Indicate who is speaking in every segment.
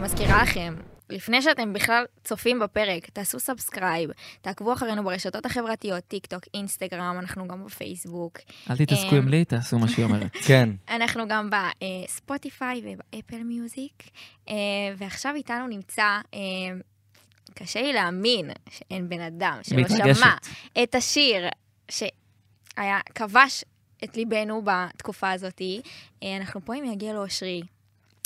Speaker 1: מזכירה לכם, לפני שאתם בכלל צופים בפרק, תעשו סאבסקרייב, תעקבו אחרינו ברשתות החברתיות, טיק טוק, אינסטגרם, אנחנו גם בפייסבוק.
Speaker 2: אל תתעסקו
Speaker 1: אמ,
Speaker 2: עם לי, תעשו מה שהיא אומרת.
Speaker 3: כן.
Speaker 1: אנחנו גם בספוטיפיי ובאפל מיוזיק, אה, ועכשיו איתנו נמצא, אה, קשה לי להאמין שאין בן אדם שלא
Speaker 2: מתרגשת.
Speaker 1: שמע את השיר שהיה, כבש את ליבנו בתקופה הזאת. אה, אנחנו פה אם יגיע לו אושרי.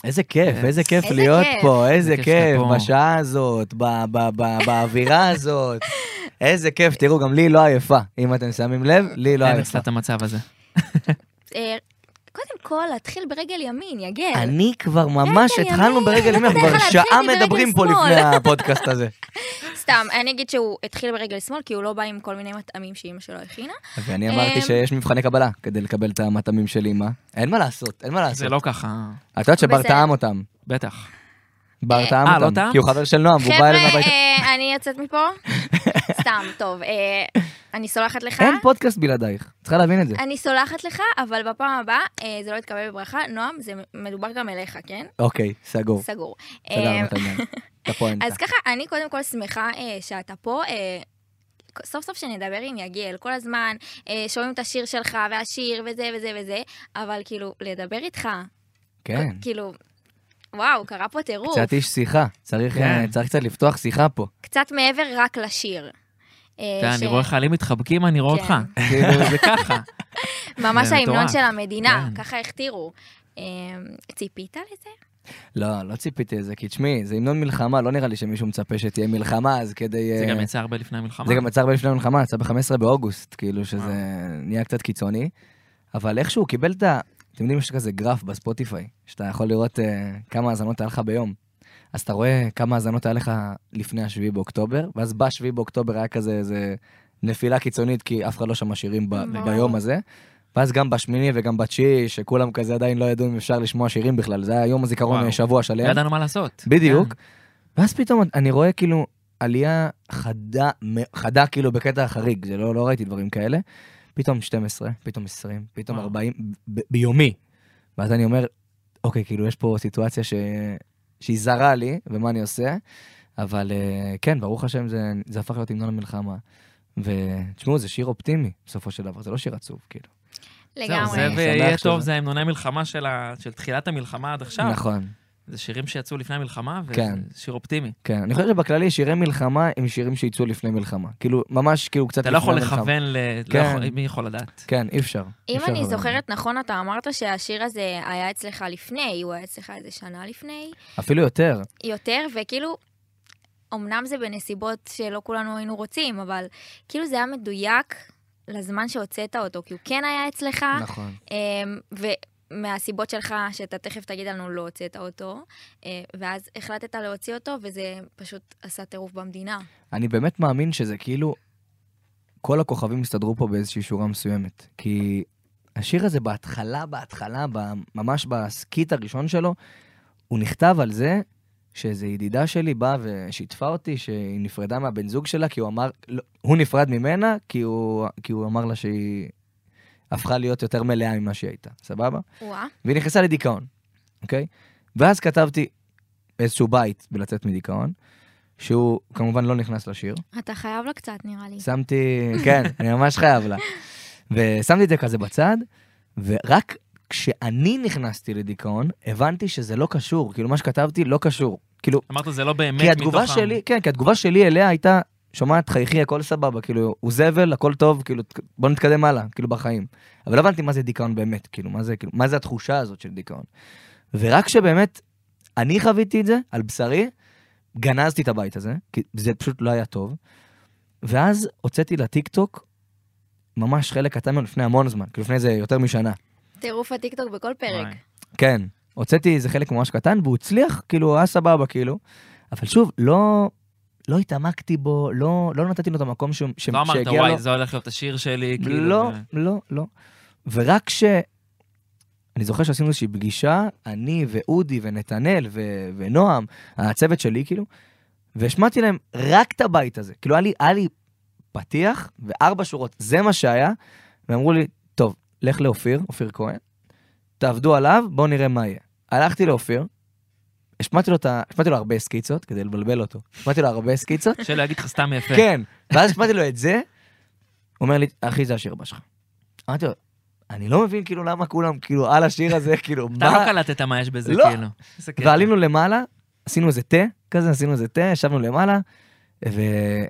Speaker 3: איזה כיף,
Speaker 2: כן.
Speaker 3: איזה כיף
Speaker 1: איזה
Speaker 3: להיות
Speaker 1: כיף.
Speaker 3: פה, איזה
Speaker 2: כיף
Speaker 3: כיף,
Speaker 2: שאתה פה.
Speaker 3: בשעה הזאת, ב- ב- ב- באווירה הזאת. איזה כיף, תראו, גם לי לא עייפה. אם אתם שמים לב, לי לא
Speaker 2: אין
Speaker 3: עייפה.
Speaker 2: אצלה את המצב הזה.
Speaker 1: אה, קודם כל, להתחיל ברגל ימין, יגל.
Speaker 3: אני כבר ממש
Speaker 1: כן,
Speaker 3: התחלנו
Speaker 1: ימין.
Speaker 3: ברגל ימין,
Speaker 1: אתה
Speaker 3: כבר
Speaker 1: יכול
Speaker 3: שעה
Speaker 1: להתחיל ברגל
Speaker 3: מדברים פה
Speaker 1: שמאל.
Speaker 3: לפני הפודקאסט הזה.
Speaker 1: סתם, אני אגיד שהוא התחיל ברגל שמאל, כי הוא לא בא עם כל מיני מטעמים שאימא שלו הכינה.
Speaker 3: ואני אמרתי
Speaker 1: אמ,
Speaker 3: שיש מבחני קבלה כדי לקבל את המטעמים של אמא. אין מה לעשות, אין מה לעשות.
Speaker 2: זה לא ככה,
Speaker 3: את יודעת שבר
Speaker 1: בסדר.
Speaker 3: טעם אותם.
Speaker 1: אה,
Speaker 2: בטח.
Speaker 3: בר טעם
Speaker 2: אה, לא
Speaker 3: אותם,
Speaker 2: טעם?
Speaker 3: כי הוא חבר של נועם, והוא בא
Speaker 1: חבר'ה,
Speaker 3: אלינו הביתה.
Speaker 1: אה, אני יוצאת מפה. סתם, טוב, אה, אני סולחת לך.
Speaker 3: אין פודקאסט בלעדייך, צריכה להבין את זה.
Speaker 1: אני סולחת לך, אבל בפעם הבאה אה, זה לא יתקבל בברכה. נועם, זה מדובר גם אליך, כן?
Speaker 3: אוקיי, סגור.
Speaker 1: סגור. אה,
Speaker 3: סגרנו את העניין. את הפואנטה.
Speaker 1: אז ככה, אני קודם כל שמחה אה, שאתה פה. אה, סוף סוף שנדבר עם יגיאל, כל הזמן אה, שומעים את השיר שלך והשיר וזה וזה וזה, אבל כאילו, לדבר איתך,
Speaker 3: כן.
Speaker 1: כאילו, וואו, קרה פה טירוף.
Speaker 3: קצת איש שיחה, צריך,
Speaker 2: כן.
Speaker 3: אה, צריך קצת לפתוח שיחה פה.
Speaker 1: קצת מעבר רק לשיר. אה,
Speaker 2: אתה, אני
Speaker 1: ש-
Speaker 2: רואה חיילים מתחבקים, אני רואה אותך.
Speaker 1: כן.
Speaker 2: כאילו, זה ככה.
Speaker 3: אה,
Speaker 1: ממש
Speaker 2: זה
Speaker 1: ההמנון
Speaker 2: מטורף.
Speaker 1: של המדינה,
Speaker 2: כן.
Speaker 1: ככה הכתירו. אה, ציפית לזה?
Speaker 3: לא, לא ציפיתי לזה, כי תשמעי, זה המנון מלחמה, לא נראה לי שמישהו מצפה שתהיה מלחמה, אז כדי...
Speaker 2: זה
Speaker 3: אה,
Speaker 2: גם יצא הרבה לפני המלחמה.
Speaker 3: זה גם יצא הרבה לפני המלחמה, יצא ב-15 באוגוסט, כאילו שזה
Speaker 2: וואו.
Speaker 3: נהיה קצת קיצוני, אבל איכשהו הוא קיבל את ה... אתם יודעים, יש כזה גרף בספוטיפיי, שאתה יכול לראות אה, כמה האזנות היה לך ביום. אז אתה רואה כמה האזנות היה לך לפני השביעי באוקטובר, ואז בשביעי באוקטובר היה כזה איזה נפילה קיצונית, כי אף אחד לא שמע שירים ב-
Speaker 1: ברור.
Speaker 3: ביום הזה. ואז גם בשמיני וגם בתשיעי, שכולם כזה עדיין לא ידעו אם אפשר לשמוע שירים בכלל, זה היה יום הזיכרון
Speaker 2: וואו.
Speaker 3: שבוע
Speaker 2: לא
Speaker 3: שלם.
Speaker 2: ידענו מה לעשות. כן.
Speaker 3: בדיוק. ואז פתאום אני רואה כאילו עלייה חדה, מ- חדה כאילו בקטע החריג, זה לא, לא ראיתי דברים כאלה. פתאום 12, פתאום 20, פתאום
Speaker 2: וואו.
Speaker 3: 40, ב- ביומי. ואז אני אומר, אוקיי, כאילו יש פה סיטואציה ש... שהיא זרה לי, ומה אני עושה? אבל אה, כן, ברוך השם, זה, זה הפך להיות המנון המלחמה. ותשמעו, זה שיר אופטימי בסופו של דבר, זה לא שיר עצוב, כאילו.
Speaker 2: זהו,
Speaker 1: לגמרי.
Speaker 2: זה
Speaker 3: אני
Speaker 2: ויהיה
Speaker 3: שמח
Speaker 2: טוב,
Speaker 3: שזה-
Speaker 2: זה המנוני מלחמה של ה- של תחילת המלחמה עד עכשיו.
Speaker 3: נכון.
Speaker 2: זה שירים שיצאו לפני המלחמה,
Speaker 3: כן.
Speaker 2: וזה שיר אופטימי.
Speaker 3: כן, אני חושב שבכללי שירי מלחמה הם שירים שיצאו לפני מלחמה. כאילו, ממש כאילו קצת
Speaker 2: אתה
Speaker 3: לפני
Speaker 2: לא יכול
Speaker 3: המלחמה.
Speaker 2: לכוון ל... לא
Speaker 3: כן.
Speaker 2: יכול- מי יכול לדעת?
Speaker 3: כן, אי אפשר. אי
Speaker 1: אם
Speaker 3: אפשר
Speaker 1: אני
Speaker 3: לכוון.
Speaker 1: זוכרת נכון, אתה אמרת שהשיר הזה היה אצלך לפני, הוא היה אצלך איזה שנה לפני,
Speaker 3: אפילו יותר.
Speaker 1: יותר, וכאילו, אמנם זה בנסיבות שלא כולנו היינו רוצים, אבל כאילו זה היה מדויק לזמן שהוצאת אותו, כי הוא כן היה אצלך,
Speaker 3: נכון.
Speaker 1: אמ, ומהסיבות שלך, שאתה תכף תגיד לנו, לא הוצאת אותו, אה, ואז החלטת להוציא אותו, וזה פשוט עשה טירוף במדינה.
Speaker 3: אני באמת מאמין שזה כאילו, כל הכוכבים הסתדרו פה באיזושהי שורה מסוימת. כי השיר הזה בהתחלה, בהתחלה, ב- ממש בסקיט הראשון שלו, הוא נכתב על זה שאיזו ידידה שלי באה ושיתפה אותי שהיא נפרדה מהבן זוג שלה, כי הוא אמר, לא, הוא נפרד ממנה, כי הוא, כי הוא אמר לה שהיא הפכה להיות יותר מלאה ממה שהיא הייתה, סבבה?
Speaker 1: וואה,
Speaker 3: והיא נכנסה לדיכאון, אוקיי? ואז כתבתי איזשהו בית בלצאת מדיכאון, שהוא כמובן לא נכנס לשיר.
Speaker 1: אתה חייב לה קצת, נראה לי.
Speaker 3: שמתי, כן, אני ממש חייב לה. ושמתי את זה כזה בצד, ורק כשאני נכנסתי לדיכאון, הבנתי שזה לא קשור, כאילו מה שכתבתי לא קשור. כאילו,
Speaker 2: אמרת, זה לא באמת
Speaker 3: כי
Speaker 2: מתוך
Speaker 3: התגובה
Speaker 2: ה-
Speaker 3: שלי, כן, כי התגובה שלי אליה הייתה, שומעת, חייכי, הכל סבבה, כאילו, הוא זבל, הכל טוב, כאילו, ת- בוא נתקדם הלאה, כאילו, בחיים. אבל לא הבנתי מה זה דיכאון באמת, כאילו, מה זה, כאילו, מה זה התחושה הזאת של דיכאון. ורק שבאמת, אני חוויתי את זה, על בשרי, גנזתי את הבית הזה, כי זה פשוט לא היה טוב. ואז הוצאתי לטיקטוק, ממש חלק קטן ממנו לפני המון זמן, כאילו לפני איזה יותר משנה.
Speaker 1: טירוף הטיקטוק בכל פרק.
Speaker 2: וואי.
Speaker 3: כן, הוצאתי איזה חלק ממש קטן, והוא הצליח, כאילו, הוא היה סבבה, כאילו. אבל שוב, לא, לא התעמקתי בו, לא, לא נתתי לו את המקום ש, ש,
Speaker 2: לא אמרת,
Speaker 3: שהגיע
Speaker 2: וואי,
Speaker 3: לו.
Speaker 2: זה הולך להיות השיר שלי, כאילו...
Speaker 3: לא,
Speaker 2: זה-
Speaker 3: לא, לא. ורק ש... אני זוכר שעשינו איזושהי פגישה, אני ואודי ונתנאל ו- ונועם, הצוות שלי, כאילו, והשמעתי להם רק את הבית הזה. כאילו, היה לי, היה לי פתיח וארבע שורות, זה מה שהיה, ואמרו לי, טוב, לך לאופיר, אופיר כהן, תעבדו עליו, בואו נראה מה יהיה. הלכתי לאופיר, השמעתי לו את ה... השמעתי לו הרבה סקיצות, כדי לבלבל אותו. השמעתי לו הרבה סקיצות,
Speaker 2: קשה להגיד לך סתם יפה.
Speaker 3: כן. ואז השמעתי לו את זה, הוא אומר לי, אחי, זה השיר הבא שלך. אמרתי לו, אני לא מבין כאילו למה כולם כאילו על השיר הזה, כאילו,
Speaker 2: אתה לא
Speaker 3: מה...
Speaker 2: קלטת מה יש בזה,
Speaker 3: לא.
Speaker 2: כאילו. איזה קטע.
Speaker 3: ועלינו למעלה, עשינו איזה תה כזה, עשינו איזה תה, ישבנו למעלה, ו...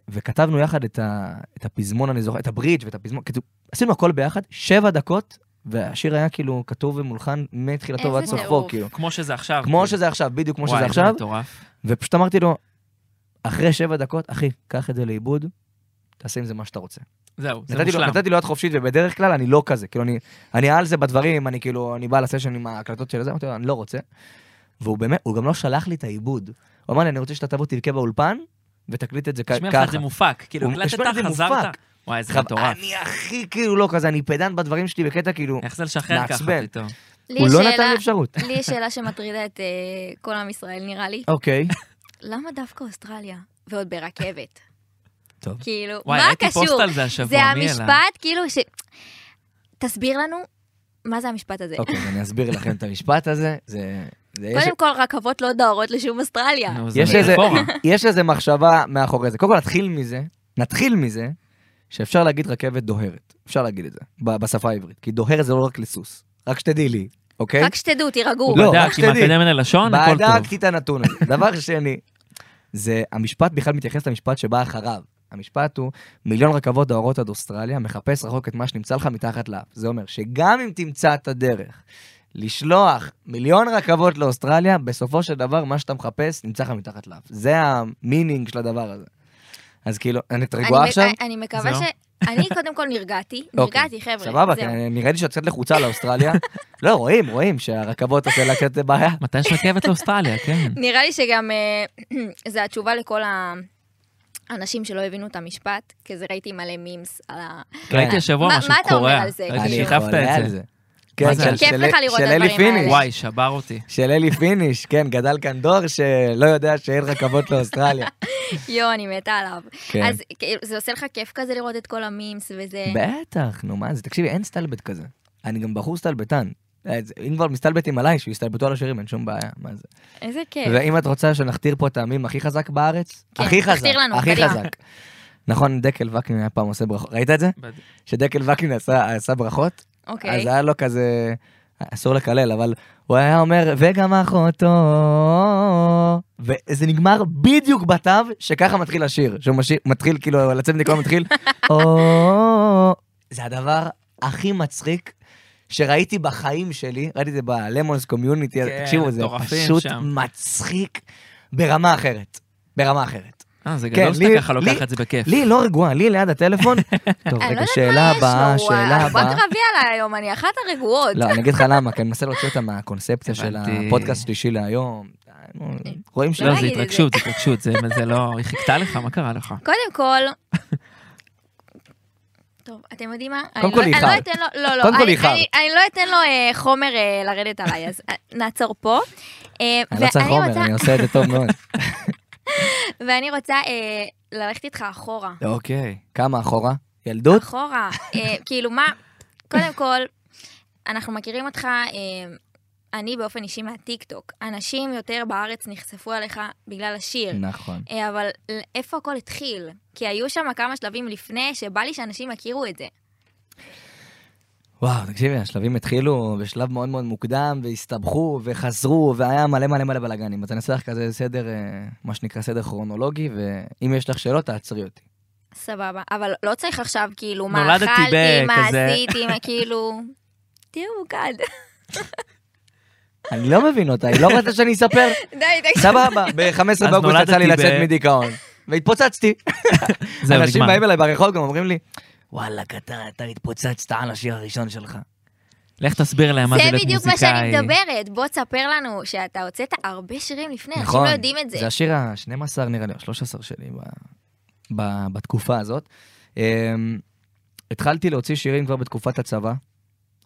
Speaker 3: וכתבנו יחד את, ה... את הפזמון, אני זוכר, את הברידג' ואת הפזמון, כתוב... עשינו הכל ביחד, שבע דקות, והשיר היה כאילו כתוב ומולחן מתחילתו
Speaker 1: איזה
Speaker 3: ועד סופו,
Speaker 1: טירוף.
Speaker 3: כאילו.
Speaker 2: כמו שזה עכשיו.
Speaker 3: כמו שזה עכשיו, בדיוק כמו שזה
Speaker 2: אוקיי. וואי,
Speaker 3: עכשיו,
Speaker 2: זה מטורף.
Speaker 3: ופשוט אמרתי לו, אחרי שבע דקות, אחי, קח את זה לאיבוד, תעשה עם זה מה שאתה רוצה.
Speaker 2: זהו, זה
Speaker 3: נתתי לו,
Speaker 2: מושלם.
Speaker 3: נתתי לו יד חופשית, ובדרך כלל אני לא כזה, כאילו אני, אני על זה בדברים, אני כאילו, אני בא לסשן עם ההקלטות של זה, אמרתי לו, אני לא רוצה. והוא באמת, הוא גם לא שלח לי את העיבוד. הוא אמר לי, אני רוצה שאתה תבוא תרקה באולפן, ותקליט את זה כ-
Speaker 2: תשמע לך,
Speaker 3: ככה.
Speaker 2: זה מופק. כאילו,
Speaker 3: הוא- תשמע, זה
Speaker 2: הקלטת, חזרת.
Speaker 3: מופק.
Speaker 2: וואי, זה
Speaker 3: עכשיו,
Speaker 2: מטורף.
Speaker 3: אני הכי כאילו לא כזה, אני פדנט בדברים שלי בקטע כאילו,
Speaker 2: איך זה לשחרר ככה
Speaker 3: מעצבן.
Speaker 2: פתאום?
Speaker 1: לי
Speaker 3: הוא
Speaker 1: יש
Speaker 3: לא
Speaker 1: שאלה-
Speaker 3: נתן לי אפשרות.
Speaker 1: לי יש שאלה שמטרידה את אה, כל עם ישראל, נראה לי.
Speaker 3: אוקיי.
Speaker 1: למה דווקא אוסטרליה? ועוד ברכבת.
Speaker 3: טוב.
Speaker 1: כאילו,
Speaker 2: וואי,
Speaker 1: מה
Speaker 2: ראיתי פוסט
Speaker 1: קשור?
Speaker 2: על זה השבוע,
Speaker 1: זה
Speaker 2: מי העלה?
Speaker 1: המשפט, כאילו, ש... תסביר לנו מה זה המשפט הזה.
Speaker 3: אוקיי, אז אני אסביר לכם את המשפט הזה. זה... זה יש-
Speaker 1: קודם כל, רכבות לא דוהרות לשום אוסטרליה.
Speaker 2: נו, זה
Speaker 3: יש איזה,
Speaker 2: מטאפורה.
Speaker 3: יש איזה מחשבה מאחורי זה. קודם כל נתחיל מזה, נתחיל מזה, שאפשר להגיד רכבת דוהרת. אפשר להגיד את זה, ב- בשפה העברית. כי דוהרת זה לא רק לסוס. רק שתדעי לי, אוקיי?
Speaker 1: רק שתדעו, תירגעו.
Speaker 3: לא, רק
Speaker 2: בדק עם
Speaker 3: שתדעי.
Speaker 2: האקדמיה ללשון, נכון, הכל טוב.
Speaker 3: בדקתי את הנתון הזה. דבר שני, זה המשפט בכלל מתייחס למשפט שבא אחריו. המשפט הוא, מיליון רכבות דוהרות עד אוסטרליה, מחפש רחוק את מה שנמצא לך מתחת לאף. זה אומר שגם אם תמצא את הדרך לשלוח מיליון רכבות לאוסטרליה, בסופו של דבר מה שאתה מחפש נמצא לך מתחת לאף. זה המינינג של הדבר הזה. אז כאילו, אני את
Speaker 1: אני
Speaker 3: רגועה
Speaker 1: מק-
Speaker 3: עכשיו?
Speaker 1: אני מקווה
Speaker 2: זהו.
Speaker 1: ש... אני קודם כל נרגעתי,
Speaker 3: אוקיי.
Speaker 1: נרגעתי, חבר'ה.
Speaker 3: סבבה,
Speaker 1: זהו.
Speaker 3: כי אני- נראה לי שאת קצת לחוצה לאוסטרליה. לא, רואים, רואים שהרכבות עושה לה קצת בעיה.
Speaker 2: מתי יש רכבת לאוסטרליה, כן.
Speaker 1: נראה לי שגם אה, זה התשובה לכל האנשים שלא הבינו את המשפט, כי זה ראיתי מלא מימס על ה...
Speaker 2: ראיתי השבוע
Speaker 1: מה-
Speaker 2: משהו
Speaker 1: מה אתה אומר
Speaker 2: קורע.
Speaker 1: על זה?
Speaker 2: ראיתי
Speaker 1: אני
Speaker 2: ששיתפת את זה.
Speaker 3: כן,
Speaker 2: מה זה?
Speaker 3: של-
Speaker 2: כיף
Speaker 3: של-
Speaker 1: לך לראות את
Speaker 3: של אלי
Speaker 1: הדברים האלה.
Speaker 3: פיניש.
Speaker 2: וואי, שבר אותי.
Speaker 3: של אלי פיניש, כן, גדל כאן דור שלא יודע שאין רכבות לאוסטרליה.
Speaker 1: יואו, אני מתה עליו.
Speaker 3: כן.
Speaker 1: אז כאילו, זה עושה לך כיף כזה לראות את כל המימס וזה...
Speaker 3: בטח, נו מה זה, תקשיבי, אין סטלבט כזה. אני גם בחור סטלבטן. אז אם כבר מסתלבטים עליי, שיסתלבטו על השירים, אין שום בעיה, מה זה.
Speaker 1: איזה כיף.
Speaker 3: ואם את רוצה שנכתיר פה את העמים הכי חזק בארץ,
Speaker 1: כן,
Speaker 3: הכי חזק,
Speaker 1: תכתיר לנו,
Speaker 3: הכי
Speaker 1: קדימה.
Speaker 3: חזק. נכון, דקל וקנין היה פעם עושה ברכות, ראית את זה? שדקל וקנין עשה עשה ברכות?
Speaker 1: אוקיי.
Speaker 3: אז אה, היה לו כזה, אסור לקלל, אבל הוא היה אומר, וגם אחותו, וזה נגמר בדיוק בתו, שככה מתחיל השיר, שהוא משיר, מתחיל, כאילו, לצאת מכל מתחיל, או, זה הדבר הכי מצחיק. שראיתי בחיים שלי, ראיתי את זה בלמונס קומיוניטי,
Speaker 2: כן,
Speaker 3: תקשיבו, זה
Speaker 2: מטורפים
Speaker 3: פשוט
Speaker 2: שם.
Speaker 3: מצחיק ברמה אחרת. ברמה אחרת.
Speaker 2: אה, זה
Speaker 3: כן,
Speaker 2: גדול
Speaker 3: לי-
Speaker 2: שאתה ככה
Speaker 3: לי-
Speaker 2: לוקח את זה בכיף.
Speaker 3: לי לא רגועה, לי ליד הטלפון. טוב,
Speaker 1: אני לא
Speaker 3: רגע,
Speaker 1: יודעת
Speaker 3: שאלה
Speaker 1: מה יש לו,
Speaker 3: הבאה,
Speaker 1: הוא ה-
Speaker 3: שאלה
Speaker 1: הוא
Speaker 3: הבאה.
Speaker 1: בקרבי עליי היום, אני אחת הרגועות.
Speaker 3: לא, אני אגיד לך למה, כי אני מנסה להוציא אותה מהקונספציה של
Speaker 2: הבנתי.
Speaker 3: הפודקאסט שלישי להיום. רואים ש...
Speaker 1: לא
Speaker 2: לא, זה
Speaker 1: להגיד את זה.
Speaker 2: התרגשות, זה התרגשות, זה זה לא... היא חיכתה לך, מה קרה לך?
Speaker 1: קודם כל... טוב, אתם יודעים מה? אני
Speaker 3: קודם כל
Speaker 1: לא- אני
Speaker 3: איחרת.
Speaker 1: לא אתן לו, לא, לא,
Speaker 3: קודם כל
Speaker 1: אני-
Speaker 3: איחרת.
Speaker 1: אני- אני לא אתן לו אה, חומר אה, לרדת עליי, אז אה, נעצור פה. אה,
Speaker 3: אני לא צריך
Speaker 1: ואני
Speaker 3: חומר,
Speaker 1: רוצה-
Speaker 3: אני לא- עושה את זה טוב מאוד.
Speaker 1: ואני רוצה אה, ללכת איתך אחורה.
Speaker 3: אוקיי. כמה אחורה? ילדות?
Speaker 1: אחורה. אה, כאילו, מה, קודם כל, אנחנו מכירים אותך, אה, אני באופן אישי מהטיקטוק. אנשים יותר בארץ נחשפו עליך בגלל השיר.
Speaker 3: נכון.
Speaker 1: אה, אבל ל- איפה הכל התחיל? כי היו שם כמה שלבים לפני שבא לי שאנשים יכירו את זה.
Speaker 3: וואו, תקשיבי, השלבים התחילו בשלב מאוד מאוד מוקדם, והסתבכו, וחזרו, והיה מלא מלא מלא בלאגנים. אז אני אעשה לך כזה סדר, אה, מה שנקרא סדר כרונולוגי, ואם יש לך שאלות, תעצרי אותי.
Speaker 1: סבבה. אבל לא צריך עכשיו, כאילו, מה
Speaker 2: נולדתי
Speaker 1: אכלתי, מה
Speaker 2: בכזה-
Speaker 1: עשיתי, מה כאילו... תהיה מוקד.
Speaker 3: אני לא מבין אותה, היא לא רוצה שאני אספר?
Speaker 1: די, תקשיב.
Speaker 3: סבבה, ב-15
Speaker 2: אז
Speaker 3: באוגוסט יצא לי
Speaker 2: נולדתי
Speaker 3: לצאת
Speaker 2: ב-
Speaker 3: מדיכאון, והתפוצצתי.
Speaker 2: זהו,
Speaker 3: אנשים
Speaker 2: נגמר.
Speaker 3: באים אליי ברחוב גם אומרים לי, וואלכ, אתה אתה התפוצצת על השיר הראשון
Speaker 1: אה,
Speaker 3: שלך.
Speaker 2: לך תסביר להם מה זה
Speaker 1: זה
Speaker 2: להיות מוזיקאי.
Speaker 1: בדיוק מה שאני מדברת. בוא תספר לנו שאתה הוצאת הרבה שירים לפני, אנשים לא יודעים את זה.
Speaker 3: נכון. זה השיר ה-12 נראה לי, או 13 שלי ב- ב- בתקופה הזאת. אמ, התחלתי להוציא שירים כבר בתקופת הצבא.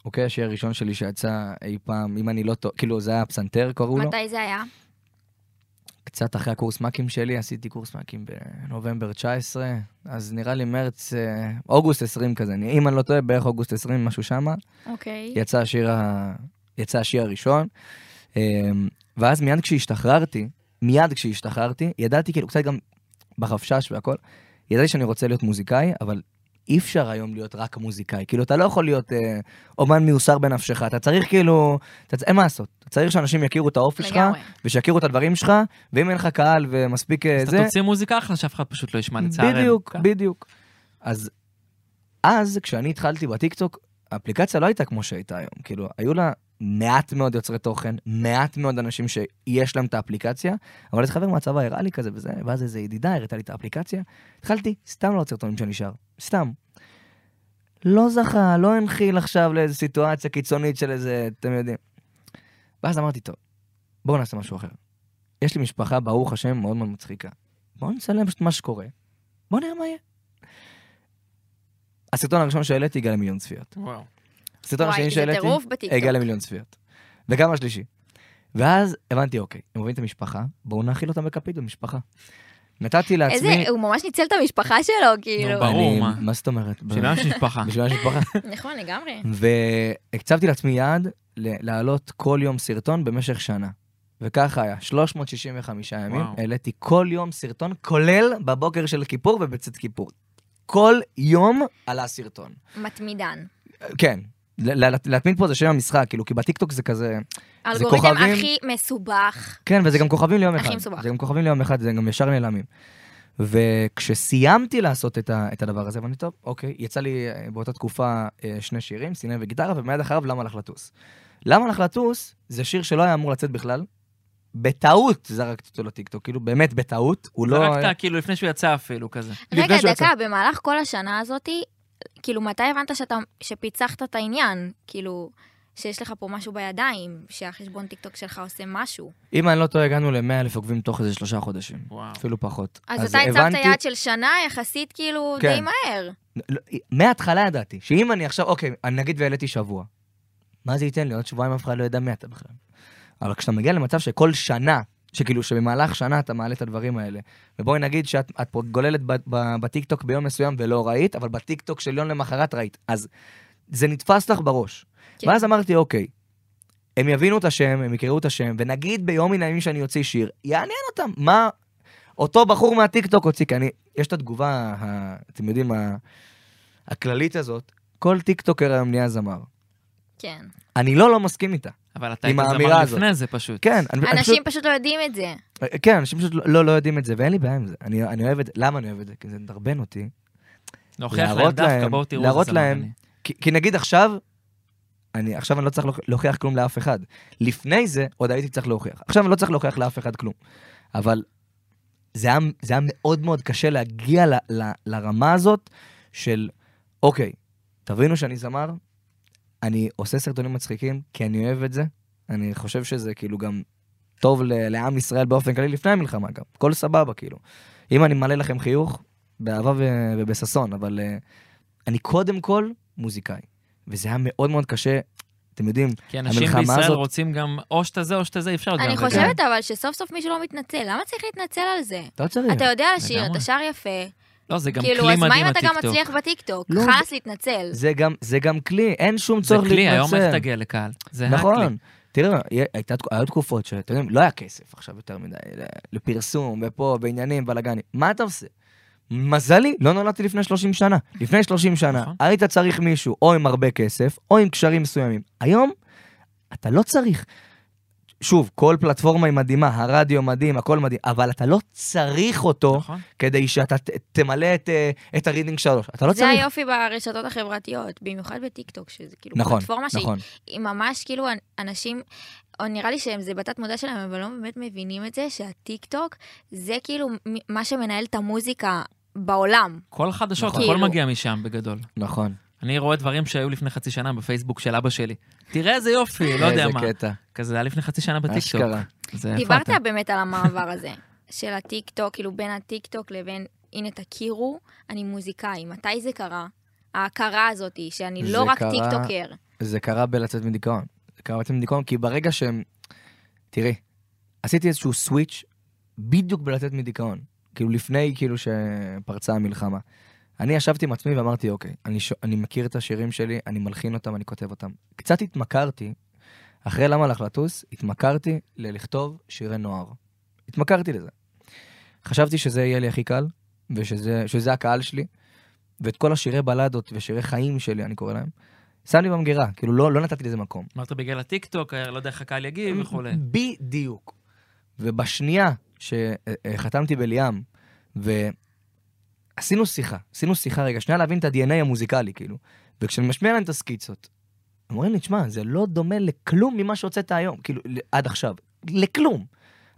Speaker 3: אוקיי, השיר הראשון שלי שיצא אי פעם, אם אני לא טועה, כאילו זה היה פסנתר קראו לו.
Speaker 1: מתי זה היה?
Speaker 3: קצת אחרי הקורס מ"כים שלי, עשיתי קורס מ"כים בנובמבר 19, אז נראה לי מרץ, אה, אוגוסט 20 כזה, אני- אם אני לא טועה, בערך אוגוסט 20, משהו שמה.
Speaker 1: אוקיי.
Speaker 3: יצא השיר, ה... יצא השיר הראשון, אמ, ואז מיד כשהשתחררתי, מיד כשהשתחררתי, ידעתי כאילו קצת גם בחפשש והכל, ידעתי שאני רוצה להיות מוזיקאי, אבל אי אפשר היום להיות רק מוזיקאי. כאילו, אתה לא יכול להיות אה, אומן מיוסר בנפשך, אתה צריך כאילו, אתה, צ- אין מה לעשות, אתה צריך שאנשים יכירו את האופי שלך,
Speaker 1: לגמרי.
Speaker 3: ושיכירו את הדברים שלך, ואם אין לך קהל ומספיק אה,
Speaker 2: אז
Speaker 3: זה...
Speaker 2: אתה תוציא מוזיקה אחלה שאף אחד פשוט לא ישמע לצערנו.
Speaker 3: בדיוק,
Speaker 2: כן.
Speaker 3: בדיוק. אז, אז כשאני התחלתי בטיקטוק, האפליקציה לא הייתה כמו שהייתה היום. כאילו, היו לה מעט מאוד יוצרי תוכן, מעט מאוד אנשים שיש להם את האפליקציה, אבל איזה חבר מהצבא הראה לי כזה וזה, ואז איזה ידידה הראתה לי את האפליקציה. התחלתי סתם לעוד סרטונים שאני שר, סתם. לא זכה, לא הנחיל עכשיו לאיזו סיטואציה קיצונית של איזה, אתם יודעים. ואז אמרתי, טוב, בואו נעשה משהו אחר. יש לי משפחה, ברוך השם, מאוד מאוד מצחיקה. בואו נצלם פשוט מה שקורה, בוא נראה מה יהיה. הסרטון הראשון שהעליתי הגיע למיליון צפיות.
Speaker 2: וואו.
Speaker 3: הסרטון
Speaker 1: וואי,
Speaker 3: השני
Speaker 1: זה
Speaker 3: שהעליתי
Speaker 1: טירוף בטיקטוק.
Speaker 3: הגיע למיליון צפיות. וגם השלישי. ואז הבנתי, אוקיי, הם אוהבים את המשפחה, בואו נאכיל אותם בכפית במשפחה. נתתי
Speaker 1: איזה,
Speaker 3: לעצמי...
Speaker 1: הוא ממש ניצל את המשפחה שלו, כאילו.
Speaker 2: ברור.
Speaker 3: אני-
Speaker 2: מה.
Speaker 3: מה זאת אומרת?
Speaker 2: בשבילה יש משפחה.
Speaker 3: בשביל המשפחה.
Speaker 1: נכון, לגמרי.
Speaker 3: והקצבתי לעצמי יעד ל- להעלות כל יום סרטון במשך שנה. וככה היה, 365 ימים,
Speaker 2: וואו.
Speaker 3: העליתי כל יום סרטון, כולל בבוקר של כיפור ובצאת כיפור. כל יום עלה סרטון.
Speaker 1: מתמידן.
Speaker 3: כן, ל- ל- להתמיד פה זה שם המשחק, כאילו, כי בטיקטוק זה כזה...
Speaker 1: אלגוריתם
Speaker 3: כוכבים.
Speaker 1: הכי מסובך.
Speaker 3: כן, וזה גם כוכבים ליום
Speaker 1: הכי
Speaker 3: אחד.
Speaker 1: מסובך.
Speaker 3: זה גם כוכבים ליום אחד, זה גם ישר נעלמים. וכשסיימתי לעשות את, ה, את הדבר הזה, אמרתי, טוב, אוקיי, יצא לי אה, באותה תקופה אה, שני שירים, סינן וגיטרה, ומיד אחריו, למה לך לטוס? למה לך לטוס, זה שיר שלא היה אמור לצאת בכלל. בטעות זרקתי אותו לטיקטוק, כאילו, באמת בטעות, הוא לא...
Speaker 2: זרקת כאילו לפני שהוא יצא אפילו כזה.
Speaker 1: רגע,
Speaker 3: לפני שהוא יצא.
Speaker 1: דקה, במהלך כל השנה הזאתי, כאילו, מתי הבנת שאתה, שפיצחת את העניין? כאילו, שיש לך פה משהו בידיים, שהחשבון טיקטוק שלך עושה משהו.
Speaker 3: אם אני לא טועה, הגענו ל-100 אלף עוקבים תוך איזה שלושה חודשים.
Speaker 2: וואו.
Speaker 3: אפילו פחות.
Speaker 1: אז אתה הצבת
Speaker 3: הבנתי-
Speaker 1: יעד של שנה יחסית, כאילו,
Speaker 3: כן.
Speaker 1: די מהר.
Speaker 3: לא, מההתחלה ידעתי, שאם אני עכשיו, אוקיי, אני נגיד והעליתי שבוע, מה זה ייתן לי? עוד שבועיים אף אחד לא ידע מי אתה בכלל. אבל כשאתה מגיע למצב שכל שנה, שכאילו שבמהלך שנה אתה מעלה את הדברים האלה, ובואי נגיד שאת את פה גוללת ב- ב- בטיקטוק ביום מסוים ולא ראית, אבל בטיקטוק של יום למחרת ראית, אז זה נתפס לך בראש.
Speaker 1: כן.
Speaker 3: כן. ואז אמרתי, אוקיי, הם יבינו את השם, הם יקראו את השם, ונגיד ביום מן הימים שאני אוציא שיר, יעניין אותם, מה אותו בחור מהטיקטוק הוציא, כי אני, יש את התגובה, ה, אתם יודעים, ה, הכללית הזאת, כל טיקטוקר היום נהיה זמר.
Speaker 1: כן.
Speaker 3: אני לא לא מסכים איתה.
Speaker 2: אבל אתה
Speaker 3: עם
Speaker 2: היית
Speaker 3: האמירה
Speaker 2: זמר
Speaker 3: הזאת.
Speaker 2: לפני זה פשוט.
Speaker 3: כן, אני, אני
Speaker 1: אנשים פשוט לא יודעים את זה.
Speaker 3: פשוט, כן, אנשים פשוט לא, לא יודעים את זה, ואין לי בעיה עם זה. אני, אני אוהב את זה, למה אני אוהב את זה? כי זה מדרבן אותי.
Speaker 2: להוכיח להם
Speaker 3: להראות
Speaker 2: דווקא,
Speaker 3: להם-
Speaker 2: בואו תראו
Speaker 3: להראות
Speaker 2: איזה זמר
Speaker 3: להם.
Speaker 2: אני.
Speaker 3: כי, כי נגיד עכשיו, אני, עכשיו אני לא צריך להוכ- להוכיח כלום לאף אחד. לפני זה עוד הייתי צריך להוכיח. עכשיו אני לא צריך להוכיח לאף אחד כלום. אבל זה היה, זה היה מאוד מאוד קשה להגיע ל, ל, לרמה הזאת של, אוקיי, תבינו שאני זמר, אני עושה סרטונים מצחיקים כי אני אוהב את זה. אני חושב שזה כאילו גם טוב ל, לעם ישראל באופן כללי לפני המלחמה גם. הכל סבבה כאילו. אם אני מלא לכם חיוך, באהבה ו, ובששון, אבל אה, אני קודם כל מוזיקאי. וזה היה מאוד מאוד קשה, אתם יודעים,
Speaker 2: כי אנשים
Speaker 3: המלחמה
Speaker 2: בישראל
Speaker 3: הזאת-
Speaker 2: רוצים גם או שאתה זה או שאתה זה, אי אפשר כן. להיות גם
Speaker 3: כן.
Speaker 1: אני
Speaker 2: וגם.
Speaker 1: חושבת אבל שסוף סוף מישהו לא מתנצל, למה צריך להתנצל על זה?
Speaker 3: אתה לא צריך.
Speaker 1: אתה יודע לשיר,
Speaker 2: לגמרי.
Speaker 1: אתה שר יפה.
Speaker 2: לא, זה גם כלי
Speaker 1: כאילו, אז
Speaker 2: מדהים
Speaker 1: מה אם אתה גם
Speaker 2: הטיקטוק.
Speaker 1: מצליח בטיקטוק?
Speaker 3: לא,
Speaker 1: חלאס להתנצל.
Speaker 3: זה גם, זה גם כלי, אין שום
Speaker 2: זה
Speaker 3: צורך להתנצל.
Speaker 2: כלי, היום איך תגיע לקהל? זה הכלי.
Speaker 3: נכון. תראה, היה- הייתה תק- היו תקופות שאתם יודעים, לא היה כסף עכשיו יותר מדי ל- לפרסום, ופה, בעניינים, בלאגנים. מה אתה עושה? מזלי, לא נולדתי לפני 30 שנה. לפני 30 שנה
Speaker 2: נכון.
Speaker 3: היית צריך מישהו או עם הרבה כסף, או עם קשרים מסוימים. היום, אתה לא צריך. שוב, כל פלטפורמה היא מדהימה, הרדיו מדהים, הכל מדהים, אבל אתה לא צריך אותו
Speaker 2: נכון.
Speaker 3: כדי שאתה ת- תמלא את, אה, את הרידינג 3. אתה לא
Speaker 1: זה
Speaker 3: צריך.
Speaker 1: היופי ברשתות החברתיות, במיוחד בטיקטוק, שזה כאילו
Speaker 3: נכון,
Speaker 1: פלטפורמה שהיא
Speaker 3: נכון.
Speaker 1: היא ממש כאילו אנ- אנשים, או נראה לי שהם, זה בתת מודע שלהם, אבל לא באמת מבינים את זה, שהטיקטוק זה כאילו מ- מה שמנהל את המוזיקה בעולם.
Speaker 3: כן,
Speaker 2: כל החדשות,
Speaker 1: נכון.
Speaker 2: הכל
Speaker 1: כאילו.
Speaker 2: מגיע משם בגדול.
Speaker 3: נכון.
Speaker 2: אני רואה דברים שהיו לפני חצי שנה בפייסבוק של אבא שלי. תראה איזה יופי, לא יודע מה.
Speaker 3: איזה קטע.
Speaker 2: כזה זה היה לפני חצי שנה בטיקטוק.
Speaker 3: אשכרה.
Speaker 2: זה איפה
Speaker 1: דיברת
Speaker 2: אתה?
Speaker 1: באמת על המעבר הזה, של הטיקטוק, כאילו בין הטיקטוק לבין, הנה תכירו, אני מוזיקאי. מתי זה קרה? ההכרה הזאת, שאני לא
Speaker 3: זה
Speaker 1: רק
Speaker 3: קרה-
Speaker 1: טיקטוקר.
Speaker 3: זה קרה בלצאת מדיכאון. זה קרה בלצאת מדיכאון, כי ברגע שהם... תראי, עשיתי איזשהו סוויץ' בדיוק בלצאת מדיכאון. כאילו לפני כאילו שפרצה המלחמה. אני ישבתי עם עצמי ואמרתי, אוקיי, אני, ש... אני מכיר את השירים שלי, אני מלחין אותם, אני כותב אותם. קצת התמכרתי אחרי למה לך לטוס, התמכרתי ללכתוב שירי נוער. התמכרתי לזה. חשבתי שזה יהיה לי הכי קל, ושזה שזה הקהל שלי, ואת כל השירי בלדות ושירי חיים שלי, אני קורא להם, שמתי במגירה, כאילו לא, לא נתתי לזה מקום.
Speaker 2: אמרת בגלל הטיקטוק, אה, לא יודע איך הקהל יגיב וכולי.
Speaker 3: בדיוק. ובשנייה שחתמתי בליאם, ועשינו שיחה, עשינו שיחה רגע, שנייה להבין את ה-DNA המוזיקלי, כאילו. וכשאני משמיע להם את הסקיצות, הם אומרים לי, תשמע, זה לא דומה לכלום ממה שהוצאת היום, כאילו, ל- עד עכשיו. לכלום.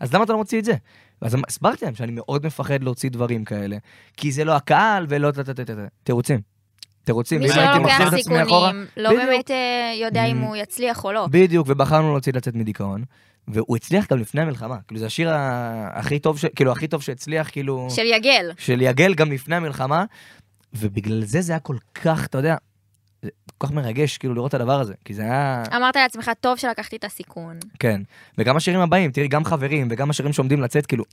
Speaker 3: אז למה אתה לא מוציא את זה? אז אמ- הסברתי להם שאני מאוד מפחד להוציא דברים כאלה, כי זה לא הקהל ולא... טה, טה, טה, טה, טה. תירוצים. תירוצים.
Speaker 1: מי
Speaker 3: ואם
Speaker 2: אם
Speaker 1: שלא
Speaker 3: הייתי
Speaker 1: לוקח
Speaker 3: מחזיר את עצמי אחורה-
Speaker 1: סיכונים, לא
Speaker 3: בדיוק.
Speaker 1: באמת אה, יודע אם
Speaker 3: Mm.
Speaker 1: הוא יצליח או לא.
Speaker 3: בדיוק, ובחרנו להוציא לצאת מדיכאון. והוא הצליח גם לפני המלחמה. כאילו, זה השיר ה- הכי טוב, ש... כאילו, הכי טוב שהצליח, כאילו...
Speaker 1: של יגל.
Speaker 3: של יגל גם לפני המלחמה, ובגלל זה זה היה כל כך, אתה יודע, זה כל כך מרגש, כאילו, לראות את הדבר הזה. כי זה היה...
Speaker 1: אמרת לעצמך, טוב שלקחתי את הסיכון.
Speaker 3: כן. וגם השירים הבאים, תראי, גם חברים, וגם השירים שעומדים לצאת, כאילו...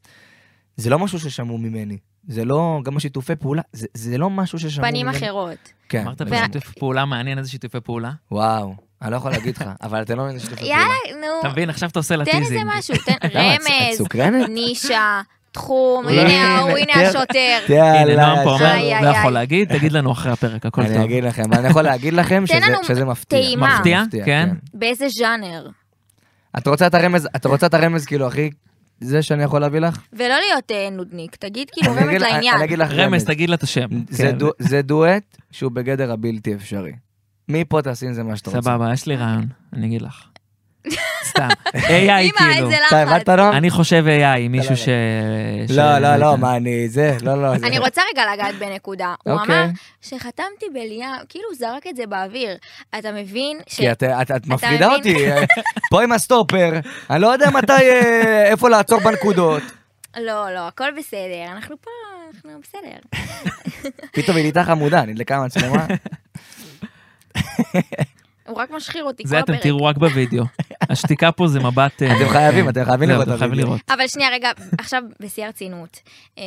Speaker 3: זה לא משהו ששמעו ממני. זה לא... גם השיתופי פעולה, זה, זה לא משהו ששמעו ממני.
Speaker 1: פנים אחרות.
Speaker 3: כן.
Speaker 2: אמרת
Speaker 3: לגמרי.
Speaker 2: בשיתוף פעולה מעניין, איזה שיתופי פעולה?
Speaker 3: וואו, אני לא יכול להגיד לך, אבל אתם לא מבינים שיתופי פעולה.
Speaker 1: יאללה,
Speaker 2: אתה
Speaker 1: נו,
Speaker 2: מבין, עכשיו אתה עושה לה
Speaker 1: תן
Speaker 2: טיזינג.
Speaker 1: איזה משהו, תן
Speaker 3: אוקיי, למה, את- את
Speaker 1: רמז,
Speaker 3: סוקרנת?
Speaker 1: נישה, תחום,
Speaker 3: לא,
Speaker 1: הנה
Speaker 3: הנה,
Speaker 1: ההוא, הנה
Speaker 3: תראה.
Speaker 1: השוטר.
Speaker 2: הנה, נועם פה
Speaker 1: איי,
Speaker 2: אומר,
Speaker 1: איי,
Speaker 2: לא
Speaker 1: איי.
Speaker 2: יכול להגיד, תגיד לנו אחרי הפרק, הכל
Speaker 3: אני
Speaker 2: טוב.
Speaker 3: אגיד לכם, אבל אני יכול להגיד לכם
Speaker 1: תן
Speaker 3: שזה-
Speaker 1: לנו
Speaker 3: שזה מפתיע.
Speaker 1: טעימה.
Speaker 2: מפתיע? כן.
Speaker 1: באיזה ז'אנר?
Speaker 3: את רוצה את הרמז, את רוצה את הרמז כאילו הכי זה שאני יכול להביא לך?
Speaker 1: ולא להיות אה, נודניק, תגיד כאילו
Speaker 3: אני
Speaker 1: באמת
Speaker 3: אגיד- אני
Speaker 1: לעניין.
Speaker 3: אגיד לך
Speaker 2: רמז, תגיד לה את השם.
Speaker 3: זה
Speaker 2: כן.
Speaker 3: דו- זה דואט שהוא בגדר הבלתי אפשרי. מפה תעשי עם זה מה שאתה רוצה.
Speaker 2: סבבה, יש לי רעיון, אני אגיד לך. סתם. AI
Speaker 1: אמא,
Speaker 2: כאילו.
Speaker 1: איזה
Speaker 3: אתה הבנת לא?
Speaker 1: לחץ.
Speaker 3: נועם?
Speaker 2: אני חושב AI, מישהו
Speaker 3: לא,
Speaker 2: ש... ש-
Speaker 3: לא, לא, לא, מה אני, זה, לא, לא, זה.
Speaker 1: אני רוצה רגע לגעת בנקודה. הוא
Speaker 3: אוקיי.
Speaker 1: אמר שחתמתי בליאם, כאילו הוא זרק את זה באוויר. אתה מבין ש...
Speaker 3: כי את- את את מפרידה
Speaker 1: מבין?
Speaker 3: אותי, אה, פה עם הסטופר, אני לא יודע מתי, אה, איפה לעצור בנקודות.
Speaker 1: לא, לא, הכל בסדר, אנחנו פה, אנחנו בסדר.
Speaker 3: פתאום היא נהייתה חמודה, נדלקה מצלמה.
Speaker 1: הוא רק משחיר אותי כל
Speaker 2: זה אתם
Speaker 1: הפרק.
Speaker 2: תראו רק בווידאו. השתיקה פה זה מבט... אה,
Speaker 3: אתם חייבים, אתם חייבים
Speaker 2: זהו,
Speaker 3: לראות את
Speaker 2: אתם חייבים
Speaker 3: הווידאו.
Speaker 2: לראות.
Speaker 1: אבל שנייה, רגע, עכשיו בשיא הרצינות. אמ,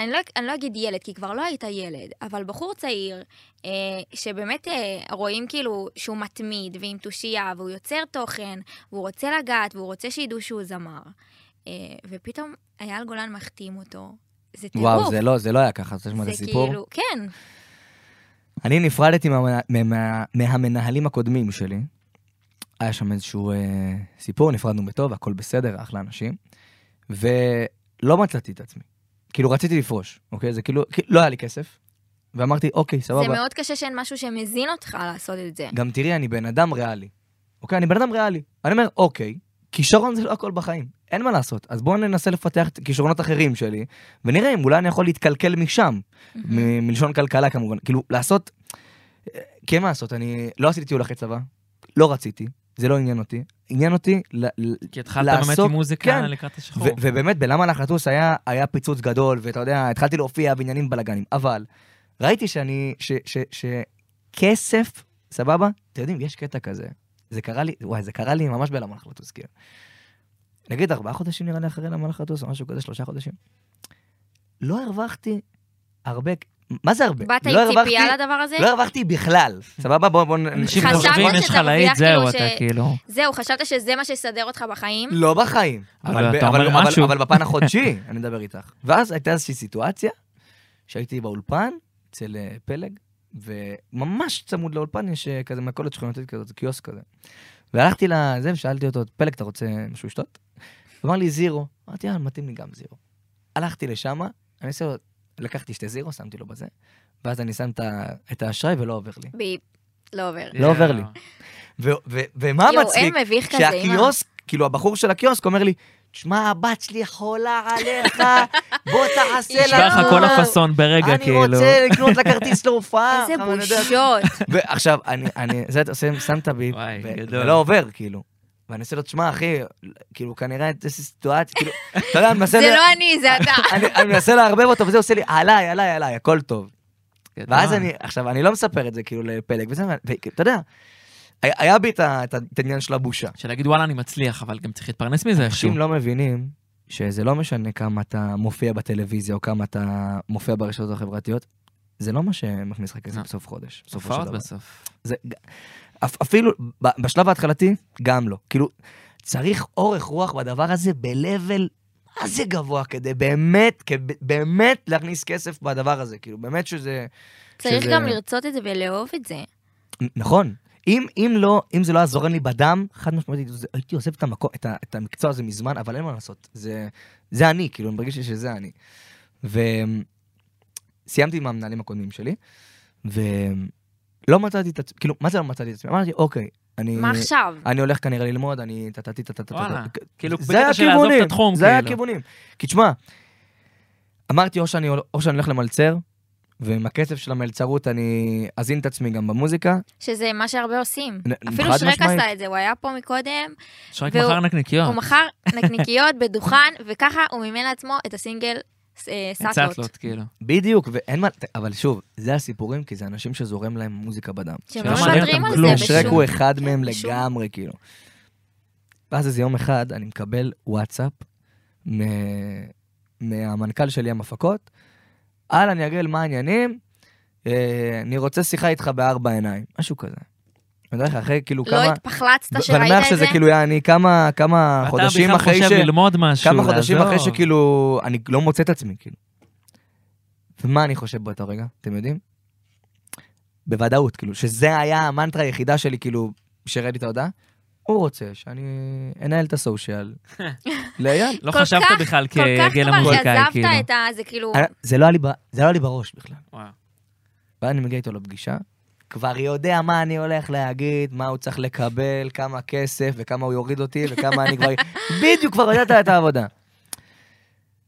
Speaker 1: אני לא, אני לא אגיד ילד, כי כבר לא היית ילד, אבל בחור צעיר, אה, שבאמת אה, רואים כאילו שהוא מתמיד, ועם תושייה, והוא יוצר תוכן, והוא רוצה לגעת, והוא רוצה שידעו שהוא זמר. אה, ופתאום אייל גולן מחתים אותו. זה טירוף.
Speaker 3: וואו, זה לא, זה לא היה ככה, אתה שומע את
Speaker 1: זה
Speaker 3: הסיפור?
Speaker 1: כאילו, כן,
Speaker 3: אני נפרדתי מה, מה, מה, מהמנהלים הקודמים שלי. היה שם איזשהו אה, סיפור, נפרדנו בטוב, הכל בסדר, אחלה אנשים. ולא מצאתי את עצמי. כאילו, רציתי לפרוש, אוקיי? זה כאילו, כאילו לא היה לי כסף. ואמרתי, אוקיי, סבבה.
Speaker 1: זה מאוד קשה שאין משהו שמזין אותך לעשות את זה.
Speaker 3: גם תראי, אני בן אדם ריאלי. אוקיי, אני בן אדם ריאלי. אני אומר, אוקיי, כישרון זה לא הכל בחיים. אין מה לעשות. אז בואו ננסה לפתח את כישרונות אחרים שלי, ונראה אם אולי אני יכול להתקלקל משם. מ- מלשון כלכלה כמובן. כאילו, לעשות... כי אין מה לעשות, אני לא עשיתי טיול אחרי צבא, לא רציתי, זה לא עניין אותי. עניין אותי ל- ל-
Speaker 2: כי התחלת באמת
Speaker 3: לעסוק-
Speaker 2: עם מוזיקה
Speaker 3: כן.
Speaker 2: לקראת השחרור.
Speaker 3: ו- ובאמת, בלמה לך לטוס היה, היה פיצוץ גדול, ואתה יודע, התחלתי להופיע בעניינים בלאגנים, אבל ראיתי שאני, ש- ש- ש- כסף, סבבה? אתם יודעים, יש קטע כזה. זה קרה לי, וואי, זה קרה לי ממש בלמה לך לטוס, כאילו. נגיד ארבעה חודשים נראה לי אחרי למה לך לטוס, או משהו כזה, שלושה חודשים. לא הרווחתי הרבה, מה זה הרבה?
Speaker 1: באת עם
Speaker 3: לא הרווחתי-
Speaker 1: ציפייה לדבר הזה?
Speaker 3: לא הרווחתי בכלל, סבבה? בואו בואו...
Speaker 2: אנשים
Speaker 1: חשבת
Speaker 2: חושבים, יש לך
Speaker 1: שתרוויח
Speaker 2: להיט,
Speaker 1: כאילו
Speaker 2: זהו,
Speaker 1: ש-
Speaker 2: אתה כאילו...
Speaker 1: זהו, חשבת שזה מה שיסדר אותך בחיים?
Speaker 3: לא בחיים.
Speaker 2: אבל
Speaker 3: ב-
Speaker 2: אתה אומר
Speaker 3: אבל,
Speaker 2: משהו.
Speaker 3: אבל בפן החודשי, אני מדבר איתך. ואז הייתה איזושהי סיטואציה שהייתי באולפן אצל אה, פלג, וממש צמוד לאולפן יש אה, כזה מכולת שכונתית כזאת, קיוסק כזה. והלכתי לזה ושאלתי אותו, פלג, אתה רוצה משהו לשתות? הוא אמר לי, זירו. אמרתי, יאללה, מתאים לי גם זירו. הלכתי לשם, אני עושה, לו- לקחתי שתי זירו, שמתי לו בזה, ואז אני שם את ה- את האשראי ולא עובר לי.
Speaker 1: בי, לא עובר.
Speaker 3: לא עובר לי. ו- ו- ומה
Speaker 1: יואו,
Speaker 3: מצחיק?
Speaker 1: אין מביך כזה, אימא.
Speaker 3: שהקיוסק, כאילו הבחור של הקיוסק אומר לי, תשמע, הבת שלי חולה עליך, בוא תעשה
Speaker 1: נשבע
Speaker 2: נשבע
Speaker 3: לנו.
Speaker 2: לך כל הפאסון ברגע,
Speaker 3: אני
Speaker 2: כאילו.
Speaker 3: רוצה לקנות לה כרטיס להופעה.
Speaker 1: איזה
Speaker 3: אבל אני יודע-
Speaker 1: בושות.
Speaker 3: ועכשיו, אני, אני, זה, אתה שם- שם את הביט,
Speaker 2: וואי,
Speaker 3: ו-
Speaker 2: גדול.
Speaker 3: ולא עובר, כאילו. ואני עושה לו, תשמע, אחי, כאילו, כנראה איזה סיטואציה, כאילו, אתה יודע, אני מנסה...
Speaker 1: זה
Speaker 3: ל-
Speaker 1: לא אני, זה אתה.
Speaker 3: אני- אני מנסה לערבב אותו, וזה עושה לי, עליי, עליי, עליי, הכל
Speaker 2: אה.
Speaker 3: טוב.
Speaker 2: גדול.
Speaker 3: ואז אני, עכשיו, אני לא מספר את זה, כאילו, לפלג, וזה, ואתה יודע, היה- היה בי את ה- את ה- את העניין של הבושה.
Speaker 2: שלהגיד, וואלה, אני מצליח, אבל גם צריך להתפרנס מזה איכשהו.
Speaker 3: אנשים לא מבינים שזה לא משנה כמה אתה מופיע בטלוויזיה או כמה אתה מופיע ברשתות החברתיות, זה לא מה שמכניס לך כסף
Speaker 2: לא.
Speaker 3: בסוף חודש, בסופו של
Speaker 2: הופעות
Speaker 3: דבר.
Speaker 2: בסוף.
Speaker 3: זה- אפ- אפילו ב- בשלב ההתחלתי, גם לא. כאילו, צריך אורך רוח בדבר הזה ב-level מה זה גבוה כדי באמת, כב- באמת להכניס כסף בדבר הזה. כאילו, באמת שזה...
Speaker 1: צריך
Speaker 3: שזה-
Speaker 1: גם לרצות את זה ולאהוב את
Speaker 3: אה,
Speaker 1: זה.
Speaker 3: נכון. אם, אם לא, אם זה לא היה זורם לי בדם, חד משמעית, זה- הייתי עוזב את המקום, את, ה, את המקצוע הזה מזמן, אבל אין מה לעשות. זה, זה אני, כאילו, אני מרגיש לי שזה אני. וסיימתי עם המנהלים הקודמים שלי, ולא מצאתי את עצמי, כאילו, מה זה לא מצאתי את עצמי? אמרתי, אוקיי, אני...
Speaker 1: מה עכשיו?
Speaker 3: אני הולך כנראה ללמוד, אני טטטי טטטי.
Speaker 2: וואלה,
Speaker 3: טטטי.
Speaker 2: כאילו,
Speaker 3: זה
Speaker 2: בקטע
Speaker 3: היה
Speaker 2: של לעזוב את
Speaker 3: הכיוונים,
Speaker 2: התחום,
Speaker 3: זה היה
Speaker 2: כאילו.
Speaker 3: הכיוונים. כי תשמע, אמרתי או שאני, או שאני הולך למלצר, ועם הכסף של המלצרות אני אזין את עצמי גם במוזיקה.
Speaker 1: שזה מה שהרבה עושים.
Speaker 3: נ-
Speaker 1: אפילו
Speaker 3: חד
Speaker 1: שרק
Speaker 3: משמעית. לא.
Speaker 1: עשה את זה, הוא היה פה מקודם,
Speaker 2: שרק
Speaker 1: והוא-
Speaker 2: מחר
Speaker 1: הוא
Speaker 2: נקניקיות.
Speaker 1: מכר נקניקיות בדוכן, וככה הוא מימן לעצמו את הסינגל אה, סאטלות.
Speaker 2: צטלות, כאילו.
Speaker 3: בדיוק, ואין מה, אבל שוב, זה הסיפורים, כי זה אנשים שזורם להם מוזיקה בדם.
Speaker 1: שהם
Speaker 2: שלא
Speaker 1: לא
Speaker 2: מעניין
Speaker 1: מוותרים
Speaker 2: אותם
Speaker 1: על
Speaker 2: כלום.
Speaker 1: זה כן,
Speaker 3: שרק
Speaker 1: בשום...
Speaker 3: הוא אחד מהם
Speaker 1: בשום-
Speaker 3: לגמרי, כאילו. ואז איזה יום אחד אני מקבל וואטסאפ מ- מהמנכ"ל שלי המפקות, אהלן יגל, מה העניינים? אה, אני רוצה שיחה איתך בארבע עיניים, משהו כזה. אני יודע לך, אחרי כאילו
Speaker 1: לא
Speaker 3: כמה...
Speaker 1: התפחלצת
Speaker 3: ואני אומר
Speaker 1: שראית
Speaker 3: לך
Speaker 1: את זה?
Speaker 3: שזה כאילו, היה אני כמה, כמה
Speaker 2: אתה
Speaker 3: חודשים
Speaker 2: בכלל
Speaker 3: אחרי ש...
Speaker 2: חושב ללמוד משהו,
Speaker 3: כמה חודשים
Speaker 2: לעזוב.
Speaker 3: אחרי שכאילו, אני לא מוצא את עצמי, כאילו. ומה אני חושב באותו רגע, אתם יודעים? בוודאות, כאילו, שזה היה המנטרה היחידה שלי, כאילו, שראיתי את ההודעה. הוא רוצה שאני אנהל את הסושיאל לאייל.
Speaker 2: לא
Speaker 1: כל
Speaker 2: חשבת
Speaker 1: כך-
Speaker 2: בכלל
Speaker 1: כל כך
Speaker 2: כגיל
Speaker 1: כבר
Speaker 2: המוזיקאי,
Speaker 1: שעזבת
Speaker 2: כאילו.
Speaker 1: את ה... זה כאילו...
Speaker 3: אני- זה לא היה לי ב- זה לא היה לי בראש בכלל.
Speaker 2: וואו.
Speaker 3: ואני מגיע איתו לפגישה, כבר יודע מה אני הולך להגיד, מה הוא צריך לקבל, כמה כסף וכמה הוא יוריד אותי וכמה אני כבר... בדיוק כבר יודעת את העבודה.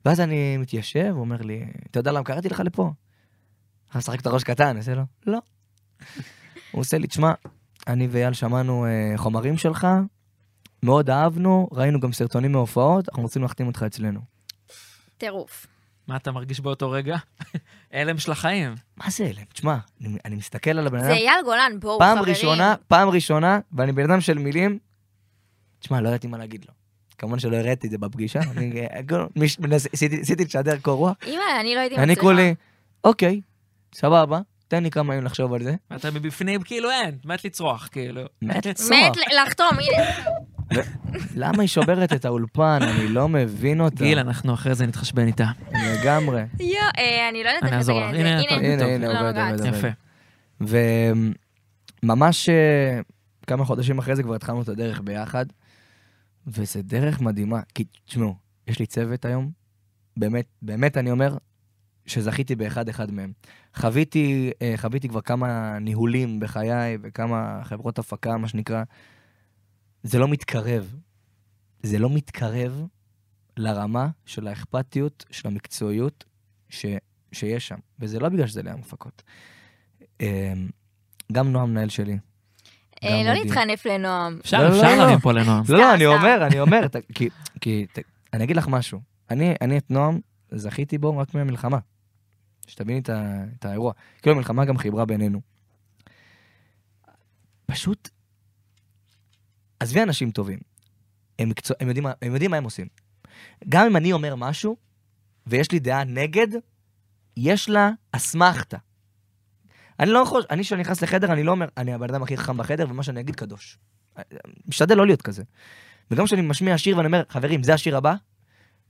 Speaker 3: ואז אני מתיישב, הוא אומר לי, אתה יודע למה קראתי לך לפה? אתה משחק את הראש קטן, אני עושה לו, לא. הוא עושה לי, תשמע, אני ואייל שמענו אה, חומרים שלך, מאוד אהבנו, ראינו גם סרטונים מהופעות, אנחנו רוצים להחתים אותך אצלנו.
Speaker 1: טירוף.
Speaker 2: מה אתה מרגיש באותו רגע? הלם של החיים.
Speaker 3: מה זה אלה? תשמע, אני, אני מסתכל על הבן אדם,
Speaker 1: זה אייל גולן, בואו חברים.
Speaker 3: אה? פעם ראשונה, פעם ראשונה, ואני בן אדם של מילים, תשמע, לא ידעתי מה להגיד לו. כמובן שלא הראיתי את זה בפגישה, אני אה, הכל- מש- מנס- עשיתי עשיתי לשדר קור רוח,
Speaker 1: אימא, אני לא הייתי מצליחה.
Speaker 3: אני כולי, אוקיי, סבבה, תן לי כמה ימים לחשוב על זה.
Speaker 2: אתה מבפנים, כאילו אין, מת לצרוח, כאילו.
Speaker 3: מת לצרוח.
Speaker 1: מת ל- לחתום, הנה.
Speaker 3: למה היא שוברת את האולפן? אני לא מבין אותה.
Speaker 2: גיל, אנחנו אחרי זה נתחשבן איתה.
Speaker 3: לגמרי.
Speaker 1: יו, אה, אני לא יודעת
Speaker 2: אני
Speaker 1: איך
Speaker 2: אעזור
Speaker 1: לתקן את זה.
Speaker 2: לך. הנה, אתה-
Speaker 3: הנה,
Speaker 2: טוב.
Speaker 3: הנה,
Speaker 1: לא
Speaker 3: עובד,
Speaker 1: נוגעת.
Speaker 3: עובד, עובד.
Speaker 2: יפה.
Speaker 3: וממש אה, כמה חודשים אחרי זה כבר התחלנו את הדרך ביחד, וזה דרך מדהימה. כי תשמעו, יש לי צוות היום, באמת, באמת אני אומר, שזכיתי באחד אחד מהם. חוויתי, אה, חוויתי כבר כמה ניהולים בחיי וכמה חברות הפקה, מה שנקרא. זה לא מתקרב. זה לא מתקרב לרמה של האכפתיות, של המקצועיות ש, שיש שם. וזה לא בגלל שזה ליום הפקות. אה, גם נועם מנהל שלי.
Speaker 1: אה,
Speaker 3: גם
Speaker 1: לא
Speaker 3: מדהים.
Speaker 1: להתחנף לנועם.
Speaker 2: אפשר,
Speaker 3: לא, לא,
Speaker 2: אפשר
Speaker 3: לא.
Speaker 2: להרים פה לנועם.
Speaker 3: לא, לא,
Speaker 1: סתם,
Speaker 3: אני
Speaker 1: סתם.
Speaker 3: אומר, אני אומר, ת- כי, כי ת- אני אגיד לך משהו. אני, אני את נועם, זכיתי בו רק מהמלחמה. שתביני את, ה- את האירוע. כאילו המלחמה גם חיברה בינינו. פשוט, עזבי אנשים טובים. הם, מקצוע, הם, יודעים, מה- הם יודעים מה הם עושים. גם אם אני אומר משהו, ויש לי דעה נגד, יש לה אסמכתה. אני לא יכול, אני כשאני נכנס לחדר, אני לא אומר, אני הבן אדם הכי חכם בחדר, ומה שאני אגיד קדוש. משתדל לא להיות כזה. וגם כשאני משמיע שיר ואני אומר, חברים, זה השיר הבא,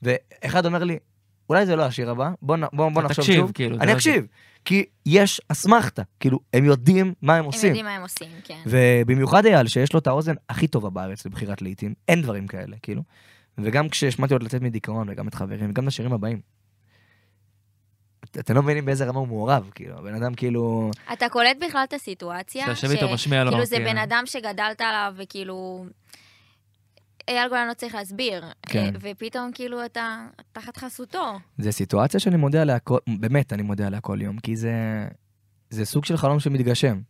Speaker 3: ואחד אומר לי, אולי זה לא השיר הבא, בוא, נ- בוא, בוא
Speaker 2: אתה
Speaker 3: נחשוב
Speaker 2: תקשיב,
Speaker 3: שוב.
Speaker 2: כאילו, אתה
Speaker 3: אני
Speaker 2: לא-
Speaker 3: אקשיב, כי יש אסמכתה, כאילו, הם יודעים מה הם
Speaker 1: הם
Speaker 3: עושים.
Speaker 1: יודעים מה הם עושים, כן.
Speaker 3: ובמיוחד אייל, שיש לו את האוזן הכי טובה בארץ לבחירת להיטים, אין דברים כאלה, כאילו. וגם כשהשמעתי עוד לצאת מדיכאון, וגם את חברים, וגם את השירים הבאים. את- אתם לא מבינים באיזה רמה הוא מעורב, כאילו, הבן אדם כאילו...
Speaker 1: אתה קולט בכלל את הסיטואציה?
Speaker 2: שיושב
Speaker 1: ש-
Speaker 2: איתו, משמיע לו.
Speaker 1: כאילו זה
Speaker 2: כאילו.
Speaker 1: בן אדם שגדלת עליו, וכאילו... אייל גולן לא צריך להסביר.
Speaker 3: כן.
Speaker 1: אה, ופתאום כאילו אתה תחת חסותו.
Speaker 3: זה סיטואציה שאני מודה עליה כל... באמת, אני מודה עליה כל יום, כי זה... זה סוג של חלום שמתגשם.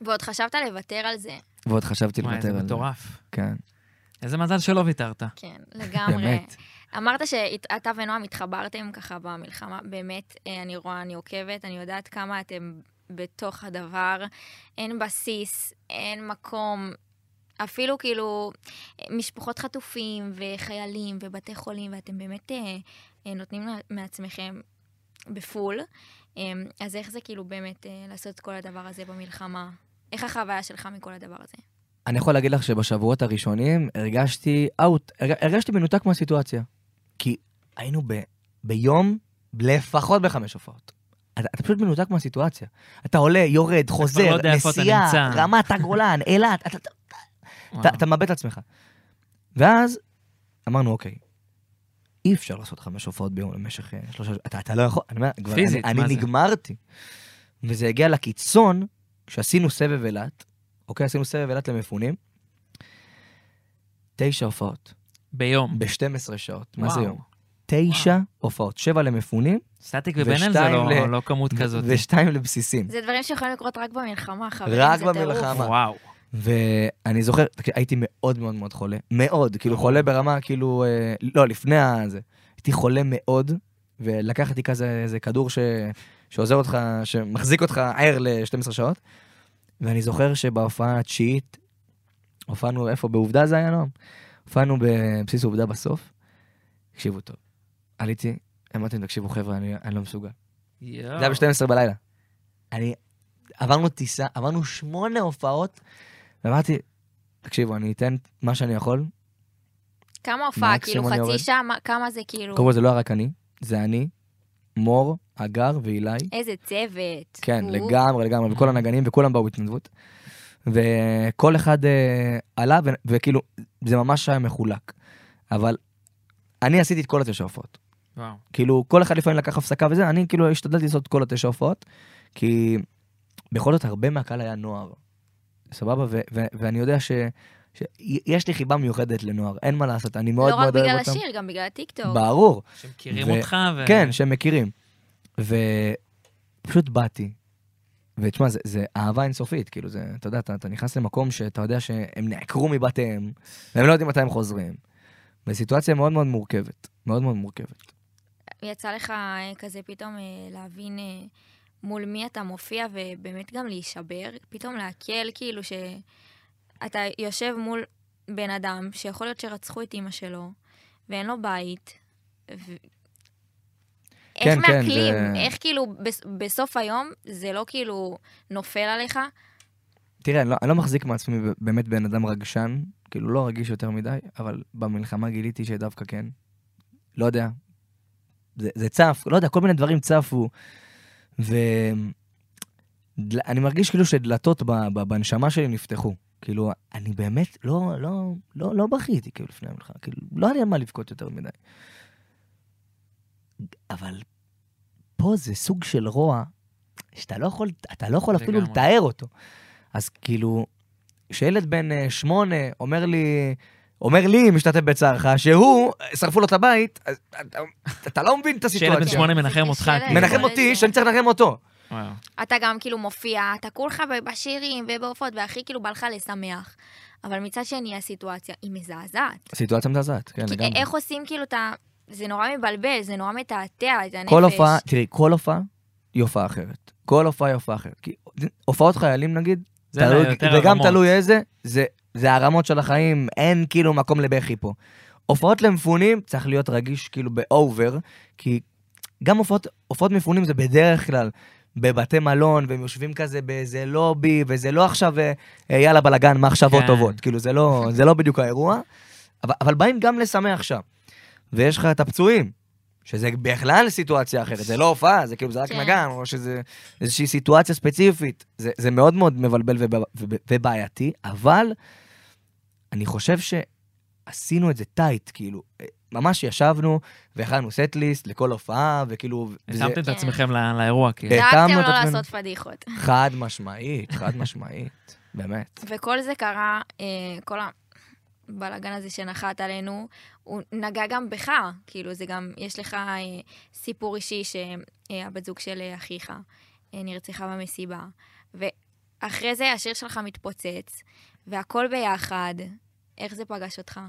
Speaker 1: ועוד חשבת לוותר על זה.
Speaker 3: ועוד חשבתי
Speaker 2: וואי,
Speaker 3: לוותר
Speaker 2: זה
Speaker 3: על זה.
Speaker 2: מטורף.
Speaker 3: כן,
Speaker 2: איזה מזל שלא ויתרת.
Speaker 1: כן, לגמרי.
Speaker 3: באמת.
Speaker 1: אמרת שאתה ונועם התחברתם ככה במלחמה, באמת, אה, אני רואה, אני עוקבת, אני יודעת כמה אתם בתוך הדבר. אין בסיס, אין מקום, אפילו כאילו אה, משפחות חטופים וחיילים ובתי חולים, ואתם באמת אה, אה, נותנים מה- מעצמכם בפול. אה, אז איך זה כאילו באמת אה, לעשות את כל הדבר הזה במלחמה? איך החוויה שלך מכל הדבר הזה?
Speaker 3: אני יכול להגיד לך שבשבועות הראשונים הרגשתי אאוט, הרגשתי מנותק מהסיטואציה. כי היינו ב, ביום לפחות בחמש הופעות. אתה, אתה פשוט מנותק מהסיטואציה. אתה עולה, יורד,
Speaker 2: לא
Speaker 3: חוזר,
Speaker 2: יודע איפה אתה
Speaker 3: נסיעה,
Speaker 2: נמצא.
Speaker 3: רמת הגולן, אילת, אתה, אתה, אתה, אתה מאבד את עצמך. ואז אמרנו, אוקיי, אי אפשר לעשות חמש הופעות ביום למשך אה, שלושה... אתה, אתה לא יכול, אני אומר, כבר-
Speaker 2: פיזית,
Speaker 3: אני,
Speaker 2: מה
Speaker 3: אני
Speaker 2: זה?
Speaker 3: נגמרתי. וזה הגיע לקיצון, כשעשינו סבב אילת, אוקיי, עשינו סבב אילת למפונים, תשע הופעות,
Speaker 2: ביום.
Speaker 3: ב-12 שעות, מה
Speaker 2: Mm. וואו.
Speaker 3: זה יום? תשע הופעות, שבע למפונים,
Speaker 2: סטטיק ובן-אל זה
Speaker 3: ושתיים
Speaker 2: לא-
Speaker 3: ל-
Speaker 2: לא כמות כזאת.
Speaker 3: ושתיים לבסיסים.
Speaker 1: זה דברים שיכולים לקרות רק במלחמה, חברים,
Speaker 3: רק
Speaker 1: זה טירוף.
Speaker 3: במלחמה.
Speaker 2: וואו.
Speaker 3: ואני זוכר, תקשיב, הייתי מאוד מאוד מאוד חולה, מאוד, כאילו חולה ברמה, כאילו, אה, לא, לפני הזה. הייתי חולה מאוד, ולקחתי כזה איזה כדור ש... שעוזר אותך, שמחזיק אותך ער ל-12 שעות. ואני זוכר שבהופעה התשיעית, הופענו, איפה? בעובדה זה היה נועם. הופענו בבסיס עובדה בסוף. תקשיבו טוב. עליתי, אמרתי להם, תקשיבו חבר'ה, אני, אני לא מסוגל.
Speaker 2: לא.
Speaker 3: זה היה ב-12 בלילה. אני... עברנו טיסה, עברנו שמונה הופעות, ואמרתי, תקשיבו, אני אתן מה שאני יכול.
Speaker 1: כמה הופעה, כאילו
Speaker 3: מקסימום אני יורד.
Speaker 1: חצי שעה, מה- כמה זה כאילו,
Speaker 3: קודם כל זה לא היה רק אני, זה אני, מור, הגר ואילי.
Speaker 1: איזה צוות.
Speaker 3: כן,
Speaker 1: הוא-
Speaker 3: לגמרי, לגמרי, וכל הנגנים, וכולם באו בהתנדבות. וכל אחד אה, עלה, ו- וכאילו, זה ממש היה מחולק. אבל אני עשיתי את כל התשע הופעות.
Speaker 2: וואו.
Speaker 3: כאילו, כל אחד לפעמים לקח הפסקה וזה, אני כאילו השתדלתי לעשות את כל התשע הופעות, כי בכל זאת הרבה מהקהל היה נוער. סבבה? ו- ו- ואני יודע ש... ש- יש לי חיבה מיוחדת לנוער, אין מה לעשות, אני מאוד
Speaker 1: לא רק
Speaker 3: מאוד אוהב
Speaker 1: בגלל
Speaker 3: אותם.
Speaker 1: השיר, גם בגלל הטיקטוק.
Speaker 3: ברור,
Speaker 2: שמכירים
Speaker 3: ו-
Speaker 2: אותך ו...
Speaker 3: כן, שהם מכירים. ופשוט באתי, ותשמע, זה, זה אהבה אינסופית, כאילו, זה, אתה יודע, אתה, אתה נכנס למקום שאתה יודע שהם נעקרו מבתיהם, והם לא יודעים מתי הם חוזרים. וסיטואציה מאוד מאוד מורכבת, מאוד מאוד מורכבת.
Speaker 1: יצא לך אה, כזה פתאום אה, להבין אה, מול מי אתה מופיע, ובאמת גם להישבר, פתאום להקל, כאילו שאתה יושב מול בן אדם שיכול להיות שרצחו את אימא שלו, ואין לו בית. ו... איך
Speaker 3: כן, כן,
Speaker 1: מעכלים?
Speaker 3: זה-
Speaker 1: איך כאילו בס- בסוף היום זה לא כאילו נופל עליך?
Speaker 3: תראה, אני לא, אני לא מחזיק מעצמי ב- באמת בן אדם רגשן, כאילו לא רגיש יותר מדי, אבל במלחמה גיליתי שדווקא כן. לא יודע. זה, זה צף, לא יודע, כל מיני דברים צפו. ואני מרגיש כאילו שדלתות ב, ב, בנשמה שלי נפתחו. כאילו, אני באמת לא, לא, לא, לא בכיתי כאילו לפני המלחמה, כאילו, לא היה לי על מה לבכות יותר מדי. אבל פה זה סוג של רוע שאתה לא יכול, אתה לא יכול אפילו
Speaker 2: לגמרי.
Speaker 3: לתאר אותו. אז כאילו, כשילד בן אה, שמונה אומר לי, אומר לי, משתתף בצערך, שהוא, אה, שרפו לו את הבית, אז אתה, אתה לא מבין את
Speaker 2: שילד בן
Speaker 3: הסיטואציה.
Speaker 2: שמונה
Speaker 1: כן. זה
Speaker 2: מנחם
Speaker 1: קשה
Speaker 2: אותך.
Speaker 1: להם.
Speaker 2: כאילו.
Speaker 3: מנחם אותי שאני צריך לנחם אותו.
Speaker 2: וואו.
Speaker 1: אתה גם כאילו מופיע, אתה כולך ב- בשירים ובעופות, והכי כאילו בא לך לשמח. אבל מצד שני, הסיטואציה היא מזעזעת.
Speaker 3: סיטואציה מזעזעת, כן,
Speaker 1: כי
Speaker 3: לגמרי.
Speaker 1: איך עושים כאילו את ה... זה נורא מבלבל, זה נורא מתעתע את הנפש.
Speaker 3: כל הופעה, תראי, כל הופעה היא הופעה אחרת. כל הופעה היא הופעה אחרת. כי הופעות חיילים, נגיד,
Speaker 2: זה
Speaker 3: תלוי-
Speaker 2: יותר
Speaker 3: זה גם
Speaker 2: הרמות.
Speaker 3: תלוי איזה, זה- זה הרמות של החיים, אין כאילו מקום לבכי פה. הופעות למפונים צריך להיות רגיש כאילו באובר, כי גם הופעות, הופעות מפונים זה בדרך כלל בבתי מלון, והם יושבים כזה באיזה לובי, וזה לא עכשיו אה, אה, יאללה בלאגן, מחשבות
Speaker 2: כן.
Speaker 3: טובות, כאילו זה לא, זה לא בדיוק האירוע, אבל, אבל באים גם לשמח שם. ויש לך את הפצועים, שזה בכלל סיטואציה אחרת, זה לא הופעה, זה כאילו זה רק
Speaker 1: כן.
Speaker 3: נגן, או שזה איזושהי סיטואציה ספציפית. זה, זה מאוד מאוד מבלבל וב, וב, ובעייתי, אבל אני חושב שעשינו את זה טייט, כאילו, אה, ממש ישבנו והכנו סט-ליסט לכל הופעה, וכאילו... וזה-
Speaker 2: התאמתם את
Speaker 1: כן.
Speaker 2: עצמכם לא- לאירוע, כאילו.
Speaker 3: כן.
Speaker 1: דאגתם
Speaker 3: התאמנו
Speaker 1: לא
Speaker 3: את עצמנו.
Speaker 1: לעשות פדיחות.
Speaker 3: חד משמעית, חד משמעית, באמת.
Speaker 1: וכל זה קרה, אה, כל הבלאגן הזה שנחת עלינו, הוא נגע גם בך. כאילו, זה גם, יש לך אה, סיפור אישי שהבת זוג של אה, אחיך אה, נרצחה במסיבה. ואחרי זה השיר שלך מתפוצץ, והכל ביחד. איך זה פגש אותך?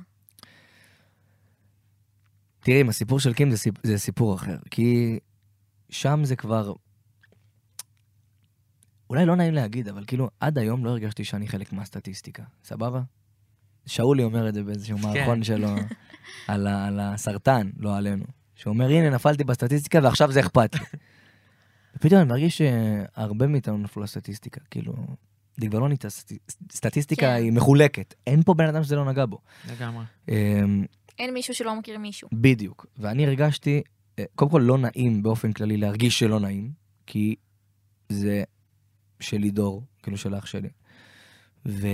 Speaker 3: תראי, עם הסיפור של קים זה, סיפ... זה סיפור אחר, כי שם זה כבר... אולי לא נעים להגיד, אבל כאילו, עד היום לא הרגשתי שאני חלק מהסטטיסטיקה, סבבה? שאולי אומר את זה באיזשהו מערכון שלו על, ה... על הסרטן, לא עלינו. שהוא אומר, הנה, נפלתי בסטטיסטיקה ועכשיו זה אכפת לי. ופתאום אני מרגיש שהרבה מאיתנו נפלו לסטטיסטיקה, כאילו... דגבלוני, סטטיסטיקה
Speaker 1: כן.
Speaker 3: היא מחולקת. אין פה בן אדם שזה לא נגע בו.
Speaker 2: לגמרי.
Speaker 3: אמ,
Speaker 1: אין מישהו שלא מכיר מישהו.
Speaker 3: בדיוק. ואני הרגשתי, אה, קודם כל לא נעים באופן כללי להרגיש שלא נעים, כי זה של לידור, כאילו של אח שלי. ו...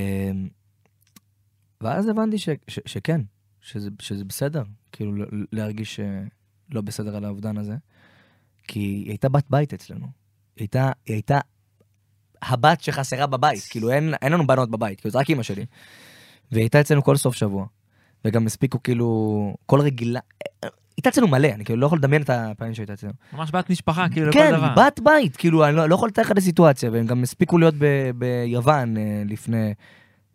Speaker 3: ואז הבנתי ש... ש... שכן, שזה... שזה בסדר, כאילו ל- להרגיש אה, לא בסדר על האובדן הזה, כי היא הייתה בת בית אצלנו. היא הייתה, היא הייתה הבת שחסרה בבית, כאילו אין, אין לנו בנות בבית, כאילו זה רק אימא שלי. והיא הייתה אצלנו כל סוף שבוע, וגם הספיקו כאילו, כל רגילה, היא הייתה אצלנו מלא, אני כאילו לא יכול לדמיין את הפעמים שהייתה אצלנו.
Speaker 2: ממש בת משפחה, כאילו, לכל
Speaker 3: כן,
Speaker 2: דבר.
Speaker 3: היא בת בית, כאילו, אני לא, לא יכול לתאר לך את הסיטואציה, והם גם הספיקו להיות ב, ביוון אה, לפני,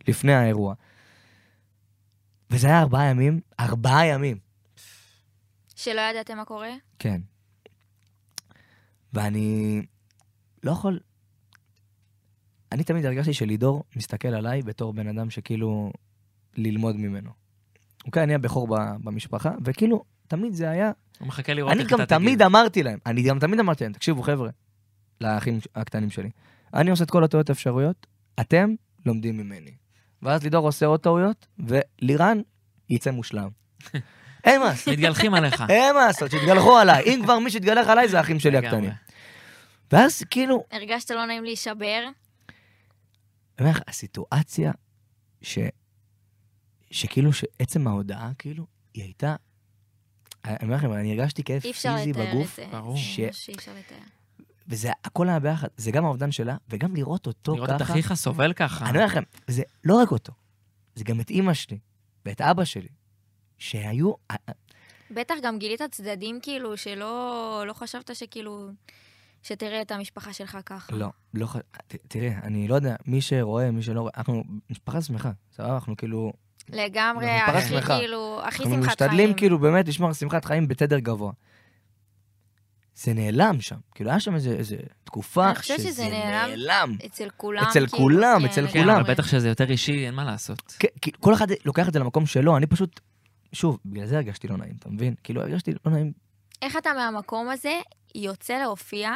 Speaker 3: לפני האירוע. וזה היה ארבעה ימים, ארבעה ימים.
Speaker 1: שלא ידעתם מה קורה?
Speaker 3: כן. ואני לא יכול... אני תמיד הרגשתי שלידור מסתכל עליי בתור בן אדם שכאילו ללמוד ממנו. אוקיי, אני הבכור ב- במשפחה, וכאילו, תמיד זה היה
Speaker 2: הוא מחכה לראות
Speaker 3: אני
Speaker 2: איך
Speaker 3: גם
Speaker 2: אתה תגיב.
Speaker 3: תמיד אמרתי להם, אני גם תמיד אמרתי להם, תקשיבו חבר'ה, לאחים הקטנים שלי, אני עושה את כל הטעויות האפשרויות, אתם לומדים ממני. ואז לידור עושה עוד טעויות, ולירן יצא מושלם. אין מה לעשות,
Speaker 2: מתגלחים עליך.
Speaker 3: אין מה לעשות, שיתגלחו עליי. אם כבר מי שיתגלח עליי זה האחים שלי
Speaker 2: לגמרי.
Speaker 3: הקטנים. ואז כאילו,
Speaker 1: הרגשת לא נעים להישבר?
Speaker 3: אני אומר לך, הסיטואציה ש... שכאילו, שעצם ההודעה, כאילו, היא הייתה... אני אומר לכם, אני הרגשתי כאב
Speaker 1: אי אפשר
Speaker 3: פיזי
Speaker 1: לתאר את
Speaker 3: בגוף,
Speaker 1: זה.
Speaker 2: ברור.
Speaker 1: ש- שאי אפשר לתאר.
Speaker 3: וזה הכל היה ביחד, זה גם האובדן שלה, וגם לראות אותו
Speaker 2: לראות את
Speaker 3: לא ככה.
Speaker 2: אחיך סובל ככה.
Speaker 3: אני אומר לכם, זה לא רק אותו, זה גם את אימא שלי, ואת אבא שלי, שהיו... אה,
Speaker 1: בטח גם גילית צדדים כאילו שלא לא חשבת שכאילו, שתראה את המשפחה שלך ככה.
Speaker 3: לא, לא ח... ת- תראה, אני לא יודע, מי שרואה, מי שלא רואה, אנחנו משפחה שמחה, סבבה? אנחנו כאילו...
Speaker 1: לגמרי,
Speaker 3: גם פרס
Speaker 1: הכי
Speaker 3: שמחה.
Speaker 1: כאילו, הכי
Speaker 3: אנחנו
Speaker 1: שמחת
Speaker 3: משתדלים
Speaker 1: חיים.
Speaker 3: כאילו באמת לשמור על שמחת חיים בתדר גבוה. זה נעלם שם, כאילו היה שם איזה, איזה תקופה
Speaker 1: אני חושבת שזה נעלם.
Speaker 3: נעלם.
Speaker 1: אצל כולם.
Speaker 3: אצל
Speaker 1: כאילו,
Speaker 3: כולם,
Speaker 1: כן,
Speaker 3: אצל
Speaker 1: לגמרי.
Speaker 2: כן,
Speaker 3: כולם.
Speaker 2: אבל בטח שזה יותר אישי, אין מה לעשות.
Speaker 3: כן, כי כל אחד לוקח את זה למקום שלו, אני פשוט... שוב, בגלל זה הרגשתי לא נעים, אתה מבין? כאילו הרגשתי לא נעים
Speaker 1: איך אתה מהמקום הזה יוצא להופיע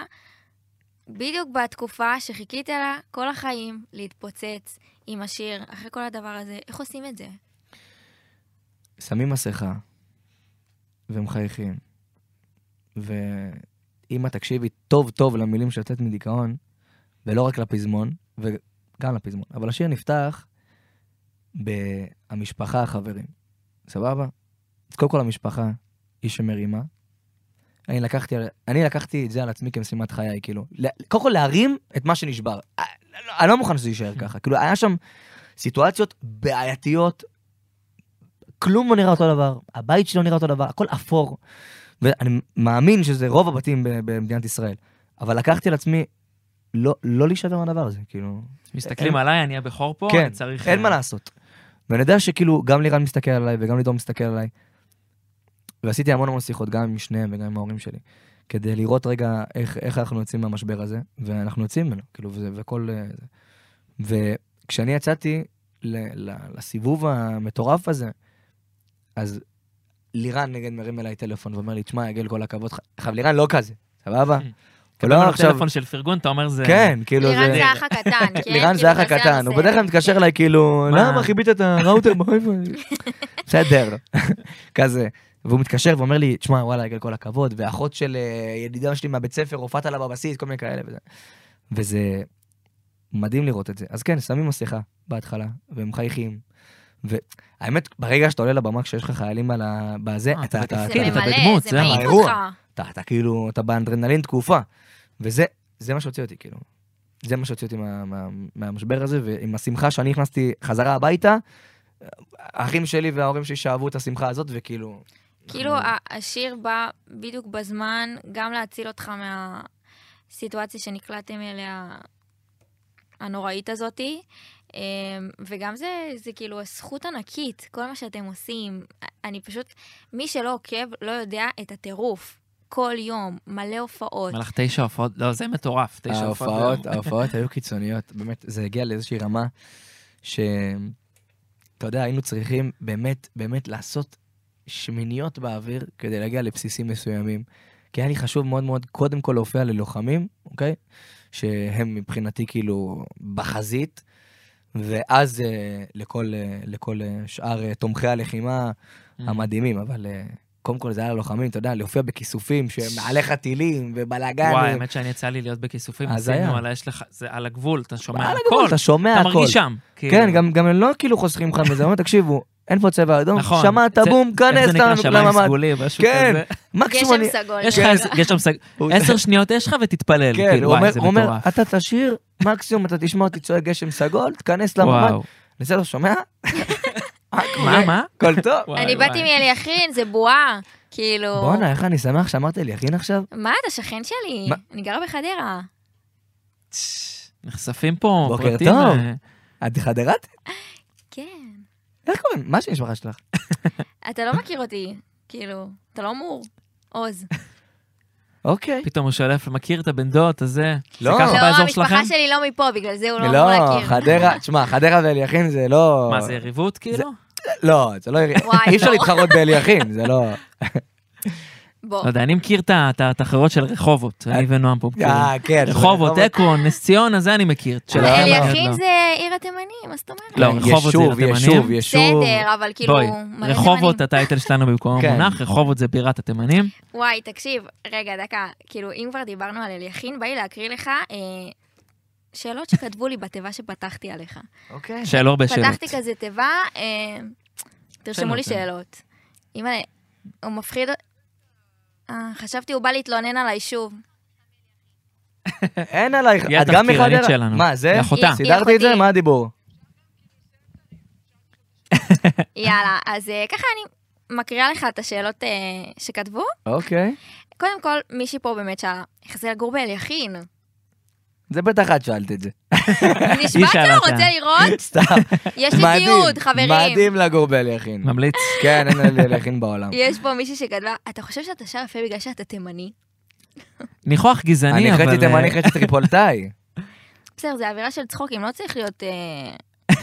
Speaker 1: בדיוק בתקופה שחיכית לה כל החיים להתפוצץ עם השיר, אחרי כל הדבר הזה, איך עושים את זה?
Speaker 3: שמים מסכה ומחייכים, ואמא תקשיבי טוב טוב למילים של לצאת מדיכאון, ולא רק לפזמון, וגם לפזמון, אבל השיר נפתח ב"המשפחה, החברים", סבבה? אז קודם כל המשפחה היא שמרימה. אני לקחתי, על- אני לקחתי את זה על עצמי כמשימת חיי, כאילו. ל- קודם כל להרים את מה שנשבר. אה, לא- אני לא מוכן שזה יישאר ככה. כאילו, היה שם סיטואציות בעייתיות, כלום לא נראה אותו דבר, הבית שלי לא נראה אותו דבר, הכל אפור. ואני מאמין שזה רוב הבתים ב- במדינת ישראל. אבל לקחתי על עצמי לא, לא להישבר מהדבר הזה, כאילו,
Speaker 2: מסתכלים
Speaker 3: אין-
Speaker 2: עליי, אני הבכור פה,
Speaker 3: כן,
Speaker 2: אני צריך...
Speaker 3: אין
Speaker 2: אה,
Speaker 3: מה לעשות. ואני יודע שכאילו, גם לירן מסתכל עליי וגם לידור מסתכל עליי. ועשיתי המון המון שיחות, גם עם שניהם וגם עם ההורים שלי, כדי לראות רגע איך, איך אנחנו יוצאים מהמשבר הזה, ואנחנו יוצאים ממנו, כאילו, וזה, וכל... אה, זה. וכשאני יצאתי ל, ל, לסיבוב המטורף הזה, אז לירן נגד מרים אליי טלפון ואומר לי, תשמע, יגל, כל הכבוד לך. עכשיו, לירן לא כזה, סבבה? הוא
Speaker 2: אתה
Speaker 3: לא
Speaker 2: אומר לו
Speaker 3: עכשיו...
Speaker 2: כן. טלפון של פרגון, אתה אומר זה...
Speaker 3: כן, כאילו זה...
Speaker 1: לירן זה האח הקטן, כן?
Speaker 3: לירן זה
Speaker 1: כאילו,
Speaker 3: אח הקטן, הוא
Speaker 1: הנושא.
Speaker 3: בדרך כלל מתקשר אליי כאילו,
Speaker 2: מה?
Speaker 3: למה חיבית את הראוטר באייפון? בסדר, כזה. והוא מתקשר ואומר לי, תשמע, וואלה, יגאל, כל הכבוד, ואחות של אה, ידידה שלי מהבית ספר, הופעת לה בבסיס, כל מיני כאלה וזה. וזה מדהים לראות את זה. אז כן, שמים מסכה בהתחלה, והם מחייכים. והאמת, ברגע שאתה עולה לבמה כשיש לך חיילים על ה... בזה,
Speaker 2: אה, אתה
Speaker 3: אתה... אתה-
Speaker 1: זה
Speaker 2: כן, אתה
Speaker 1: ממלא,
Speaker 2: בדמות,
Speaker 1: זה
Speaker 2: זה
Speaker 1: מעיף
Speaker 3: האירוע.
Speaker 1: אותך.
Speaker 3: אתה, אתה כאילו, אתה באנדרנלין תקופה. וזה זה מה שהוציא אותי, כאילו. זה מה שהוציא אותי מה, מה, מהמשבר הזה, ועם השמחה שאני נכנסתי חזרה הביתה, האחים שלי וההורים שלי שאהבו את השמחה הזאת, וכאילו...
Speaker 1: כאילו,
Speaker 3: אנחנו-
Speaker 1: ה- השיר בא בדיוק בזמן גם להציל אותך מהסיטואציה שנקלעתם אליה, הנוראית הזאתי, אמ, וגם זה, זה כאילו זכות ענקית, כל מה שאתם עושים. אני פשוט, מי שלא עוקב לא יודע את הטירוף. כל יום, מלא הופעות.
Speaker 2: מלאך תשע הופעות, לא, זה מטורף, תשע הופעות.
Speaker 3: ההופעות,
Speaker 2: ביום.
Speaker 3: ההופעות היו קיצוניות, באמת, זה הגיע לאיזושהי רמה ש... אתה יודע, היינו צריכים באמת, באמת לעשות שמיניות באוויר כדי להגיע לבסיסים מסוימים. כי היה לי חשוב מאוד מאוד קודם כל להופיע ללוחמים, אוקיי? שהם מבחינתי כאילו בחזית, ואז אה, לכל, אה, לכל אה, שאר אה, תומכי הלחימה
Speaker 2: Mm.
Speaker 3: המדהימים, אבל אה, קודם כל זה היה ללוחמים, אתה יודע, להופיע בכיסופים שמעליך טילים ובלאגן.
Speaker 2: וואי, האמת שאני יצא לי להיות בכיסופים,
Speaker 3: אז היה.
Speaker 2: עשינו על האש לך, זה על הגבול, אתה שומע
Speaker 3: על
Speaker 2: הכל,
Speaker 3: הגבול, אתה שומע
Speaker 2: אתה
Speaker 3: הכל.
Speaker 2: מרגיש שם.
Speaker 3: כן,
Speaker 2: כאילו.
Speaker 3: גם, גם הם לא כאילו חוסכים לך מזה, אומרים, תקשיבו, אין פה צבע אדום,
Speaker 2: נכון.
Speaker 3: שמעת
Speaker 2: זה-
Speaker 3: בום,
Speaker 2: איך
Speaker 3: כנס
Speaker 2: זה נקרא? שמיים
Speaker 3: לממ"ד.
Speaker 2: סגולים, משהו
Speaker 3: כן,
Speaker 2: כזה.
Speaker 3: מקסימום אני...
Speaker 1: גשם סגול.
Speaker 2: יש
Speaker 1: כן.
Speaker 2: לך, יש שם סג...
Speaker 3: הוא-
Speaker 2: עשר שניות יש לך ותתפלל.
Speaker 3: כן,
Speaker 2: כאילו,
Speaker 3: הוא אומר,
Speaker 2: וואי, זה
Speaker 3: הוא אומר,
Speaker 2: מטורף.
Speaker 3: אתה תשאיר, מקסימום אתה תשמע אותי צועק גשם סגול, תיכנס לממ"ד.
Speaker 2: וואו.
Speaker 3: אני בסדר, לא שומע?
Speaker 2: מה, מה?
Speaker 3: הכל טוב.
Speaker 2: וואי,
Speaker 1: אני
Speaker 2: וואי.
Speaker 1: באתי מאליכין, זה בועה. כאילו...
Speaker 3: בואנה, איך אני שמח שאמרת לי, אחין עכשיו?
Speaker 1: מה, אתה שכן שלי?
Speaker 3: מה?
Speaker 1: אני גרה בחדרה.
Speaker 2: צ'ש, נחשפים פה
Speaker 3: בוקר
Speaker 2: פרטים.
Speaker 3: טוב.
Speaker 2: אה,
Speaker 3: את חדרת?
Speaker 1: כן.
Speaker 3: איך קוראים? מה שם המשפחה שלך?
Speaker 1: אתה לא מכיר אותי. כאילו, אתה לא אמור. עוז.
Speaker 3: אוקיי.
Speaker 2: פתאום הוא שולף, מכיר את הבן דוד הזה?
Speaker 3: לא.
Speaker 2: זה ככה
Speaker 1: לא,
Speaker 2: אה, באזור
Speaker 1: המשפחה
Speaker 2: שלכם?
Speaker 1: שלי לא מפה, בגלל זה הוא לא אמור
Speaker 3: לא,
Speaker 1: להכיר.
Speaker 3: חדרה, תשמע, חדרה ואליכין זה לא...
Speaker 2: מה, זה יריבות כאילו?
Speaker 3: לא, זה לא...
Speaker 1: וואי,
Speaker 3: אי אפשר
Speaker 1: לא.
Speaker 3: להתחרות באליכין, זה לא...
Speaker 1: בוא.
Speaker 2: לא יודע, אני מכיר את ה- את התחרות של רחובות, אני ונועם פה. מכירים.
Speaker 3: אה, כן.
Speaker 2: רחובות, אקרון, נס ציונה, זה אני מכיר. את שלכם, אני לא.
Speaker 1: אליכין זה עיר התימנים, מה זאת אומרת?
Speaker 2: לא, רחובות זה
Speaker 3: יישוב,
Speaker 2: לתימנים.
Speaker 3: יישוב, יישוב.
Speaker 1: בסדר, אבל כאילו,
Speaker 2: בואי,
Speaker 1: מלא
Speaker 2: רחובות,
Speaker 1: תימנים.
Speaker 2: הטייטל שלנו במקום
Speaker 3: כן.
Speaker 2: המונח, רחובות זה בירת התימנים.
Speaker 1: וואי, תקשיב, רגע, דקה. כאילו, אם כבר דיברנו על אליכין, בא לי להקריא לך אה, שאלות שכתבו לי בתיבה שפתחתי עליך.
Speaker 3: אוקיי.
Speaker 2: שאלו הרבה שאלות.
Speaker 1: פתחתי כזה תיבה, אה, תרשמו
Speaker 2: שאלות,
Speaker 1: לי
Speaker 2: כן.
Speaker 1: שאלות. אימא, הוא מפחיד... אה, חשבתי הוא בא להתלונן עליי שוב.
Speaker 3: אין עלייך,
Speaker 2: היא
Speaker 3: את גם
Speaker 2: התחקירנית
Speaker 3: מחדרה?
Speaker 2: שלנו.
Speaker 3: מה, זה?
Speaker 2: היא אחותה.
Speaker 1: היא-
Speaker 3: סידרתי את זה?
Speaker 1: אחותי.
Speaker 3: מה הדיבור?
Speaker 1: יאללה, אז אה, ככה אני מקריאה לך את השאלות אה, שכתבו.
Speaker 3: אוקיי.
Speaker 1: קודם כל, מישהי פה באמת שאלה, איך זה לגור באליכין?
Speaker 3: זה בטח את שאלת את זה.
Speaker 1: נשבע
Speaker 2: שאלה
Speaker 1: שאתה
Speaker 2: אותה.
Speaker 1: רוצה לראות?
Speaker 3: סתם.
Speaker 1: יש לי
Speaker 3: מדהים,
Speaker 1: תיעוד, חברים.
Speaker 3: מדהים לגור באליכין.
Speaker 2: ממליץ.
Speaker 3: כן, אין אליכין בעולם.
Speaker 1: יש פה מישהי שכתבה, אתה חושב שאתה שר יפה בגלל שאתה תימני?
Speaker 2: ניחוח גזעני,
Speaker 3: אני
Speaker 2: אבל...
Speaker 3: חצי
Speaker 2: אה,
Speaker 3: תימני, חצי טריפולטאי.
Speaker 1: בסדר, זה אווירה של צחוקים, לא צריך להיות... אה,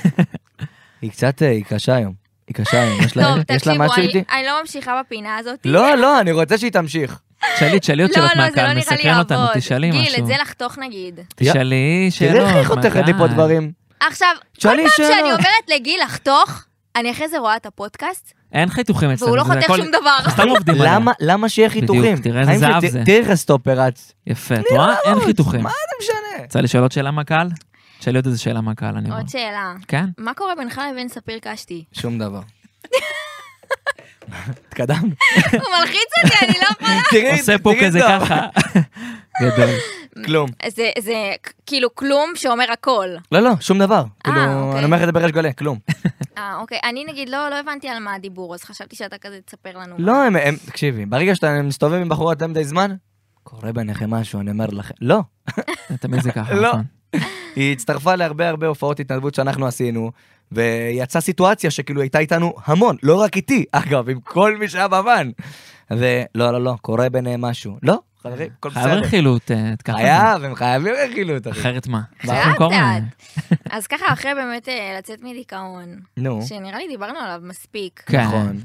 Speaker 3: היא קצת, אה, היא קשה היום. היא קשה היום.
Speaker 2: כן,
Speaker 3: יש לה-
Speaker 1: טוב,
Speaker 3: יש לה
Speaker 1: תקשיבו,
Speaker 3: משהו
Speaker 1: אני-
Speaker 3: איתי?
Speaker 1: אני לא ממשיכה בפינה הזאת.
Speaker 3: לא, לא, אני רוצה שהיא תמשיך.
Speaker 2: תשאלי, תשאלי עוד
Speaker 1: לא,
Speaker 2: שאלות
Speaker 1: לא, זה לא
Speaker 2: מהקהל,
Speaker 1: נראה לי
Speaker 2: מסקרן אותנו,
Speaker 1: יעבוד.
Speaker 2: תשאלי
Speaker 1: גיל,
Speaker 2: משהו.
Speaker 1: את זה לא- לחתוך נגיד.
Speaker 2: תשאלי שאלות.
Speaker 3: תראה איך היא חותכת לא לי פה
Speaker 2: מהקהל.
Speaker 3: דברים.
Speaker 1: עכשיו, כל
Speaker 3: שאלי
Speaker 1: פעם
Speaker 3: שאלות.
Speaker 1: שאני עוברת לגיל לחתוך, אני אחרי זה רואה את הפודקאסט,
Speaker 2: אין חיתוכים אצלנו.
Speaker 1: והוא לא
Speaker 2: זה
Speaker 1: חותך
Speaker 2: הכל-
Speaker 1: שום דבר.
Speaker 2: סתם עובדים עלינו.
Speaker 3: למה, למה שיהיה חיתוכים?
Speaker 2: תראה איזה
Speaker 3: האם
Speaker 2: זהב
Speaker 3: ת-
Speaker 2: זה.
Speaker 3: תראי איך הסטופר רץ.
Speaker 2: יפה, את רואה? אין חיתוכים.
Speaker 3: מה זה משנה?
Speaker 2: רוצה לשאול עוד שאלה מהקהל? תשאלי עוד איזה שאלה מהקהל, אני אומר.
Speaker 1: עוד שאלה,
Speaker 2: כן?
Speaker 1: מה קורה בינך לבין ספיר קשתי?
Speaker 3: שום דבר. התקדמנו.
Speaker 1: הוא מלחיץ אותי, אני לא יכולה.
Speaker 3: תראי,
Speaker 2: עושה פה
Speaker 3: תראי
Speaker 2: כזה
Speaker 1: לא.
Speaker 3: טוב.
Speaker 2: ככה. גדול.
Speaker 3: כלום.
Speaker 1: זה- זה כאילו כלום שאומר הכל.
Speaker 3: לא, לא, שום דבר. כאילו,
Speaker 1: אוקיי.
Speaker 3: אני אומר לך את זה בריש גלי, כלום.
Speaker 1: אה, אוקיי. אני נגיד לא לא הבנתי על מה הדיבור, אז חשבתי שאתה כזה תספר לנו. מה.
Speaker 3: לא, הם, הם, תקשיבי, ברגע שאתה מסתובב עם בחורה יותר מדי זמן, קורה ביניכם משהו, אני אומר לכם, לא.
Speaker 2: זה תמיד זה ככה,
Speaker 3: לא.
Speaker 2: נכון.
Speaker 3: היא הצטרפה להרבה הרבה הופעות התנדבות שאנחנו עשינו, ויצאה סיטואציה שכאילו הייתה איתנו המון, לא רק איתי, אגב, עם כל מי שהיה בבן. ולא, לא, לא, קורה ביניהם משהו. לא, חברים, הכל
Speaker 2: חייב
Speaker 3: בסדר.
Speaker 2: רכילות, אה, את ככה.
Speaker 3: חייב, הם חייבים רכילות, אחי.
Speaker 2: אחרת מה?
Speaker 1: לאט
Speaker 2: צריך למכור, אה,
Speaker 1: לאט. אז ככה, אחרי באמת אה, לצאת מדיכאון,
Speaker 3: נו,
Speaker 1: שנראה לי דיברנו עליו מספיק.
Speaker 2: כן.
Speaker 3: נכון.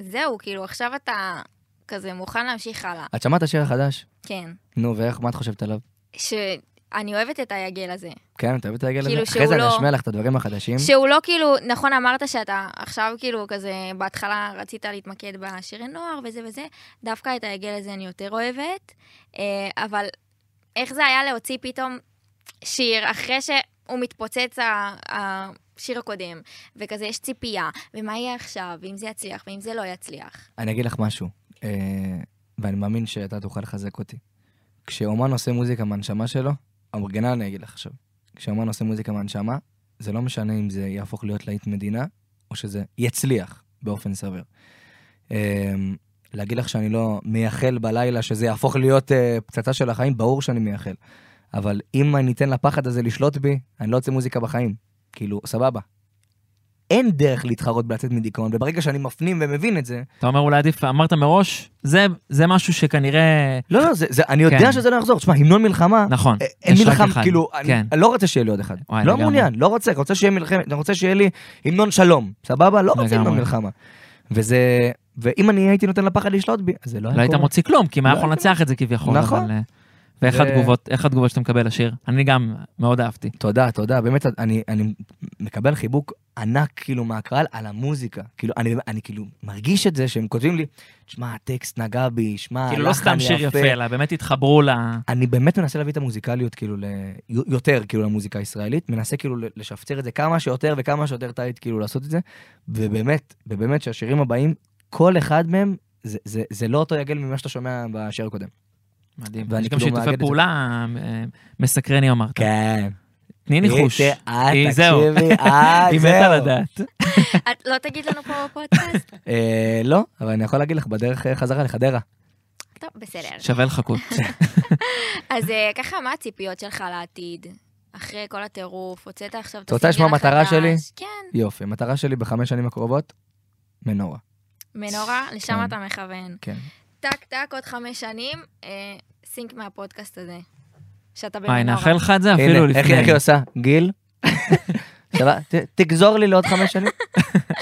Speaker 1: זהו, כאילו, עכשיו אתה כזה מוכן להמשיך הלאה.
Speaker 3: את שמעת השיר החדש?
Speaker 1: כן.
Speaker 3: נו, ואיך, מה את חושבת עליו?
Speaker 1: שאני אוהבת את היגל הזה.
Speaker 3: כן, את אוהבת את העגל הזה?
Speaker 1: כאילו
Speaker 3: אחרי
Speaker 1: שהוא
Speaker 3: זה אני
Speaker 1: לא-
Speaker 3: אשמיע לך את הדברים החדשים.
Speaker 1: שהוא לא כאילו, נכון אמרת שאתה עכשיו כאילו כזה, בהתחלה רצית להתמקד בשירי נוער וזה וזה, דווקא את העגל הזה אני יותר אוהבת, אה, אבל איך זה היה להוציא פתאום שיר אחרי שהוא מתפוצץ ה- השיר הקודם, וכזה יש ציפייה, ומה יהיה עכשיו, ואם זה יצליח, ואם זה לא יצליח.
Speaker 3: אני אגיד לך משהו, אה, ואני מאמין שאתה תוכל לחזק אותי. כשאומן עושה מוזיקה מהנשמה שלו, המרגנה אני אגיד לך עכשיו, כשאומן עושה מוזיקה מהנשמה, זה לא משנה אם זה יהפוך להיות להיט מדינה, או שזה יצליח באופן סביר. אה, להגיד לך שאני לא מייחל בלילה שזה יהפוך להיות אה, פצצה של החיים, ברור שאני מייחל. אבל אם אני אתן לפחד הזה לשלוט בי, אני לא אוציא מוזיקה בחיים. כאילו, סבבה. אין דרך להתחרות בלצאת מדיכאון, וברגע שאני מפנים ומבין את זה,
Speaker 2: אתה אומר אולי עדיף, אמרת מראש, זה- זה משהו שכנראה...
Speaker 3: לא, לא, זה, זה, אני יודע
Speaker 2: כן.
Speaker 3: שזה לא יחזור. תשמע, המנון מלחמה,
Speaker 2: נכון,
Speaker 3: אה, אין
Speaker 2: יש רק
Speaker 3: מלחמה,
Speaker 2: אחד.
Speaker 3: כאילו, אני,
Speaker 2: כן.
Speaker 3: אני לא רוצה שיהיה לי עוד אחד.
Speaker 2: וואי,
Speaker 3: לא
Speaker 2: לגמרי.
Speaker 3: מעוניין, לא רוצה, רוצה שיהיה מלחמת, אני רוצה שיהיה לי המנון שלום, סבבה? לא רוצה
Speaker 2: לגמרי.
Speaker 3: המנון מלחמה. וזה, ואם אני הייתי נותן לפחד לשלוט בי, אז זה לא היה
Speaker 2: לא היית
Speaker 3: קורה.
Speaker 2: מוציא כלום, כי מה
Speaker 3: לא
Speaker 2: יכול
Speaker 3: היית
Speaker 2: לנצח את זה כביכול.
Speaker 3: נכון.
Speaker 2: אבל, אה, ואיך
Speaker 3: זה-
Speaker 2: התגובות, איך התגובות שאתה מקבל לשיר? אני גם מאוד אהבתי.
Speaker 3: תודה, תודה. באמת, אני, אני מקבל חיבוק ענק, כאילו, מהקהל על המוזיקה. כאילו, אני, אני כאילו מרגיש את זה שהם כותבים לי, שמע, הטקסט נגע בי, שמע,
Speaker 2: כאילו לא
Speaker 3: הלחן
Speaker 2: סתם שיר יפה, אלא באמת התחברו ל...
Speaker 3: אני באמת מנסה להביא את המוזיקליות, כאילו, ל... יותר, כאילו, למוזיקה הישראלית. מנסה, כאילו, לשפצר את זה כמה שיותר וכמה שיותר טייט, כאילו, לעשות את זה. ובאמת, ובאמת, שהשירים הבאים, כל אחד מהם, זה, זה, זה לא אותו יגל ממה שאתה שומע בשיר הקודם.
Speaker 2: מדהים.
Speaker 3: ואני
Speaker 2: יש גם
Speaker 3: כאילו מאגד
Speaker 2: שיתופי
Speaker 3: את זה.
Speaker 2: פעולה אה, מסקרני אמרת.
Speaker 3: כן.
Speaker 2: תני ניחוש.
Speaker 3: אה,
Speaker 2: היא- זהו.
Speaker 3: תקשיבי, אה,
Speaker 2: היא מתה
Speaker 3: זהו.
Speaker 2: לדעת.
Speaker 1: את לא תגיד לנו פה בפודקאסט?
Speaker 3: אה, לא, אבל אני יכול להגיד לך, בדרך אה, חזרה לחדרה.
Speaker 1: טוב, בסדר.
Speaker 2: שווה לחכות.
Speaker 1: אז אה, ככה, מה הציפיות שלך לעתיד? אחרי כל הטירוף, הוצאת עכשיו את
Speaker 3: את רוצה לשמוע
Speaker 1: הסינגל
Speaker 3: מטרה
Speaker 1: החדש.
Speaker 3: שלי?
Speaker 1: כן,
Speaker 3: יופי, מטרה שלי בחמש שנים הקרובות, מנורה.
Speaker 1: מנורה, לשם
Speaker 3: כן.
Speaker 1: אתה מכוון.
Speaker 3: כן.
Speaker 1: טק טק, עוד חמש שנים, אה, סינק מהפודקאסט הזה. שאתה
Speaker 2: וואי,
Speaker 1: במנורה.
Speaker 2: נאחל לך את זה אפילו
Speaker 3: הנה, איך
Speaker 2: לפני.
Speaker 3: איך היא עושה? גיל? שווה, ת- תגזור לי לעוד חמש שנים,